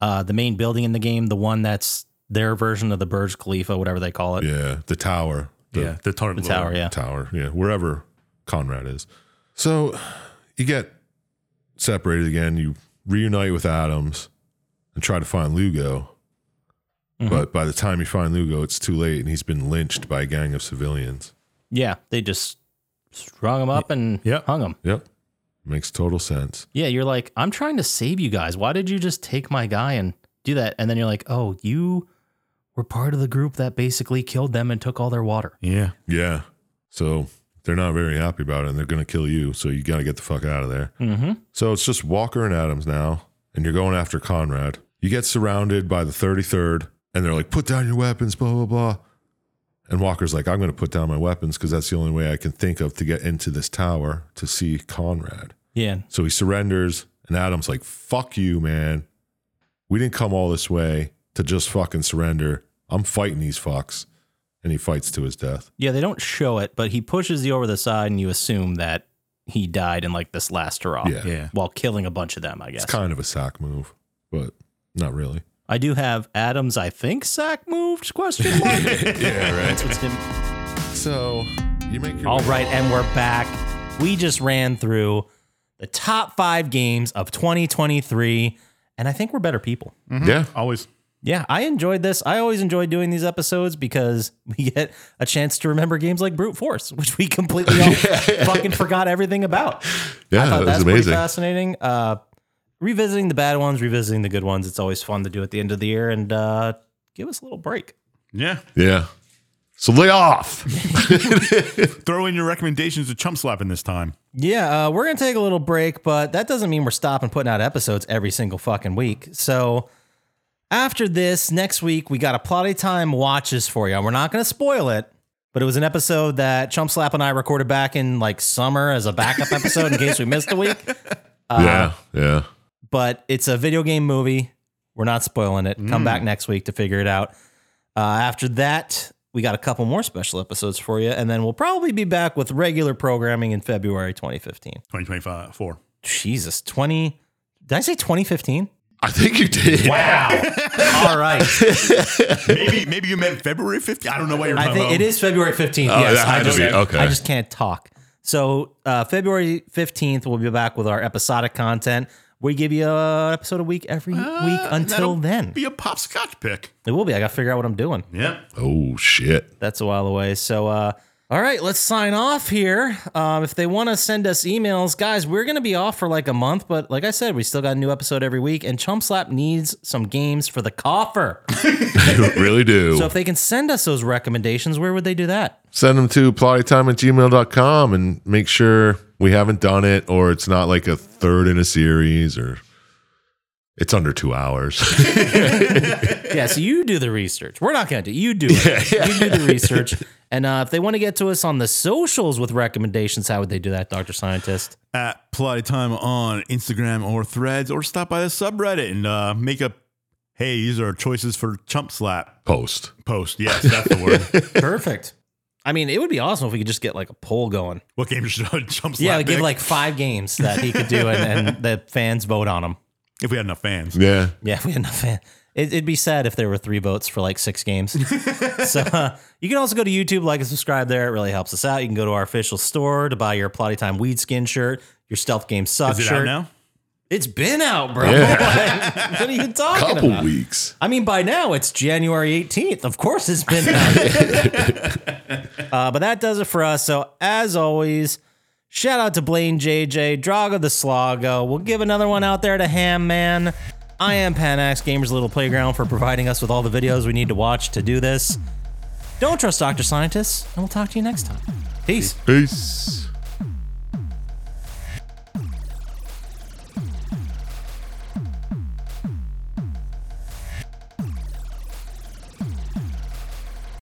[SPEAKER 2] uh, the main building in the game, the one that's their version of the Burj Khalifa, whatever they call it,
[SPEAKER 6] Yeah, the tower. The
[SPEAKER 3] yeah, the, tar-
[SPEAKER 2] the tower. Yeah,
[SPEAKER 6] tower. Yeah, wherever Conrad is. So you get separated again. You reunite with Adams and try to find Lugo.
[SPEAKER 2] Mhm.
[SPEAKER 6] But by the time you find Lugo, it's too late and he's been lynched by a gang of civilians.
[SPEAKER 2] yeah, they just strung him up and
[SPEAKER 3] Yeah.
[SPEAKER 2] hung him.
[SPEAKER 6] Yep. Makes total sense.
[SPEAKER 2] Yeah, you're like, I'm trying to save you guys. Why did you just take my guy and do that? And then you're like, oh, you were part of the group that basically killed them and took all their water.
[SPEAKER 3] Yeah.
[SPEAKER 6] Yeah. So they're not very happy about it and they're going to kill you. So you got to get the fuck out of there.
[SPEAKER 2] Mm-hmm.
[SPEAKER 6] So it's just Walker and Adams now, and you're going after Conrad. You get surrounded by the 33rd, and they're like, put down your weapons, blah, blah, blah. And Walker's like, I'm going to put down my weapons because that's the only way I can think of to get into this tower to see Conrad.
[SPEAKER 2] Yeah,
[SPEAKER 6] So he surrenders, and Adam's like, fuck you, man. We didn't come all this way to just fucking surrender. I'm fighting these fucks. And he fights to his death.
[SPEAKER 2] Yeah, they don't show it, but he pushes you over the side, and you assume that he died in like this last hurrah.
[SPEAKER 6] Yeah.
[SPEAKER 3] Yeah.
[SPEAKER 2] While killing a bunch of them, I guess.
[SPEAKER 6] It's kind of a sack move, but not really.
[SPEAKER 2] I do have Adams. I think sack moved? Question
[SPEAKER 6] [LAUGHS]
[SPEAKER 2] mark. yeah, right.
[SPEAKER 6] So you make your
[SPEAKER 2] All
[SPEAKER 6] way-
[SPEAKER 2] right, and we're back. We just ran through the top five games of 2023, and I think we're better people.
[SPEAKER 6] Yeah.
[SPEAKER 3] Mm-hmm. Always.
[SPEAKER 2] Yeah, I enjoyed this. I always enjoy doing these episodes because we get a chance to remember games like Brute Force, which we
[SPEAKER 6] [LAUGHS]
[SPEAKER 2] completely all fucking forgot everything about.
[SPEAKER 6] Yeah,
[SPEAKER 2] I thought
[SPEAKER 6] Oh, that
[SPEAKER 2] Uh, that's
[SPEAKER 6] was
[SPEAKER 2] pretty
[SPEAKER 6] amazing.
[SPEAKER 2] fascinating. Uh, revisiting the bad ones, revisiting the good ones. It's always fun to do at the end of the year and uh, give us a little break.
[SPEAKER 3] Yeah.
[SPEAKER 6] Yeah. So lay off.
[SPEAKER 3] Throw in your recommendations to Chump Slapping this time.
[SPEAKER 2] Yeah, uh, we're gonna take a little break, but that doesn't mean we're stopping putting out episodes every single fucking week. So after this, next week we got a plotty time watches for you. We're not gonna spoil it, but it was an episode that Chump Slap and I recorded back in like summer as a backup episode in case we missed a week.
[SPEAKER 6] yeah. Yeah.
[SPEAKER 2] but it's a video game movie. We're not spoiling it. Come
[SPEAKER 6] Mm.
[SPEAKER 2] back next week to figure it out. Uh, after that, we got a couple more special episodes for you, and then we'll probably be back with regular programming in February 2015.
[SPEAKER 3] 2024.
[SPEAKER 6] [LAUGHS]
[SPEAKER 2] Jesus, 20. Did I say 2015?
[SPEAKER 6] I think you did.
[SPEAKER 3] Wow.
[SPEAKER 2] All right.
[SPEAKER 3] maybe maybe you meant February 15th. I don't know why you're
[SPEAKER 2] I
[SPEAKER 3] talking
[SPEAKER 2] think it
[SPEAKER 3] about.
[SPEAKER 2] is February 15th.
[SPEAKER 6] Oh,
[SPEAKER 2] yes,
[SPEAKER 6] that
[SPEAKER 2] I
[SPEAKER 6] had to
[SPEAKER 2] just,
[SPEAKER 6] be. Okay.
[SPEAKER 2] I just can't talk. So, uh, February 15th, we'll be back with our episodic content. We give you uh, an episode a week every
[SPEAKER 6] Uh,
[SPEAKER 2] week until
[SPEAKER 3] that'll
[SPEAKER 2] then.
[SPEAKER 3] Be a popscotch pick.
[SPEAKER 2] it will be. I got to figure out what I'm doing.
[SPEAKER 3] Yeah.
[SPEAKER 6] Oh shit.
[SPEAKER 2] That's a while away. So, uh, all right, let's sign off here. Um, if they want to send us emails, guys, we're going to be off for like a month, but like I said, we still got a new episode every week, and Chump Slap needs some games for the coffer.
[SPEAKER 6] You really do.
[SPEAKER 2] [LAUGHS] so, if they can send us those recommendations, where would they do that?
[SPEAKER 6] Send them to plottytime at gmail.com and make sure we haven't done it or it's not like a third in a series or it's under two hours. [LAUGHS]
[SPEAKER 2] yeah, so you do the research. We're not going to. You do it. You do the research. And uh, if they want to get to us on the socials with recommendations, how would they do that, Dr. Scientist?
[SPEAKER 3] At Plotty Time on Instagram or Threads, or stop by the subreddit and uh, make a hey, these are choices for Chump Slap
[SPEAKER 6] Post.
[SPEAKER 3] post. Yes, that's the [LAUGHS] word.
[SPEAKER 2] Perfect. I mean, it would be awesome if we could just get like a poll going.
[SPEAKER 3] what game should I Chump Slap
[SPEAKER 2] yeah, give
[SPEAKER 3] pick?
[SPEAKER 2] like five games that he could do and, and the fans vote on them.
[SPEAKER 3] if we had enough fans.
[SPEAKER 6] Yeah.
[SPEAKER 2] Yeah, we had enough fan. It, it'd be sad if there were three votes for like six
[SPEAKER 3] [LAUGHS]
[SPEAKER 2] games. so uh, you can also go to YouTube, like and subscribe there. It really helps us out. You can go to our official store to buy your Plotty Time Weed Skin shirt, your Stealth Game Suck
[SPEAKER 3] Is it
[SPEAKER 2] shirt.
[SPEAKER 3] out now?
[SPEAKER 2] It's been out, bro. [LAUGHS] what are you talking
[SPEAKER 6] Couple
[SPEAKER 2] about?
[SPEAKER 6] weeks.
[SPEAKER 2] I mean, by now it's January 18th. Of course, it's been out. uh, but that does it for us. So, as always, shout out to Blaine JJ, Drago the Slogo. We'll give another one out there to Ham Man. I am Panax Gamers Little Playground for providing us with all the videos we need to watch to do this. Don't trust Dr. Scientists, and we'll talk to you next time. Peace.
[SPEAKER 6] Peace.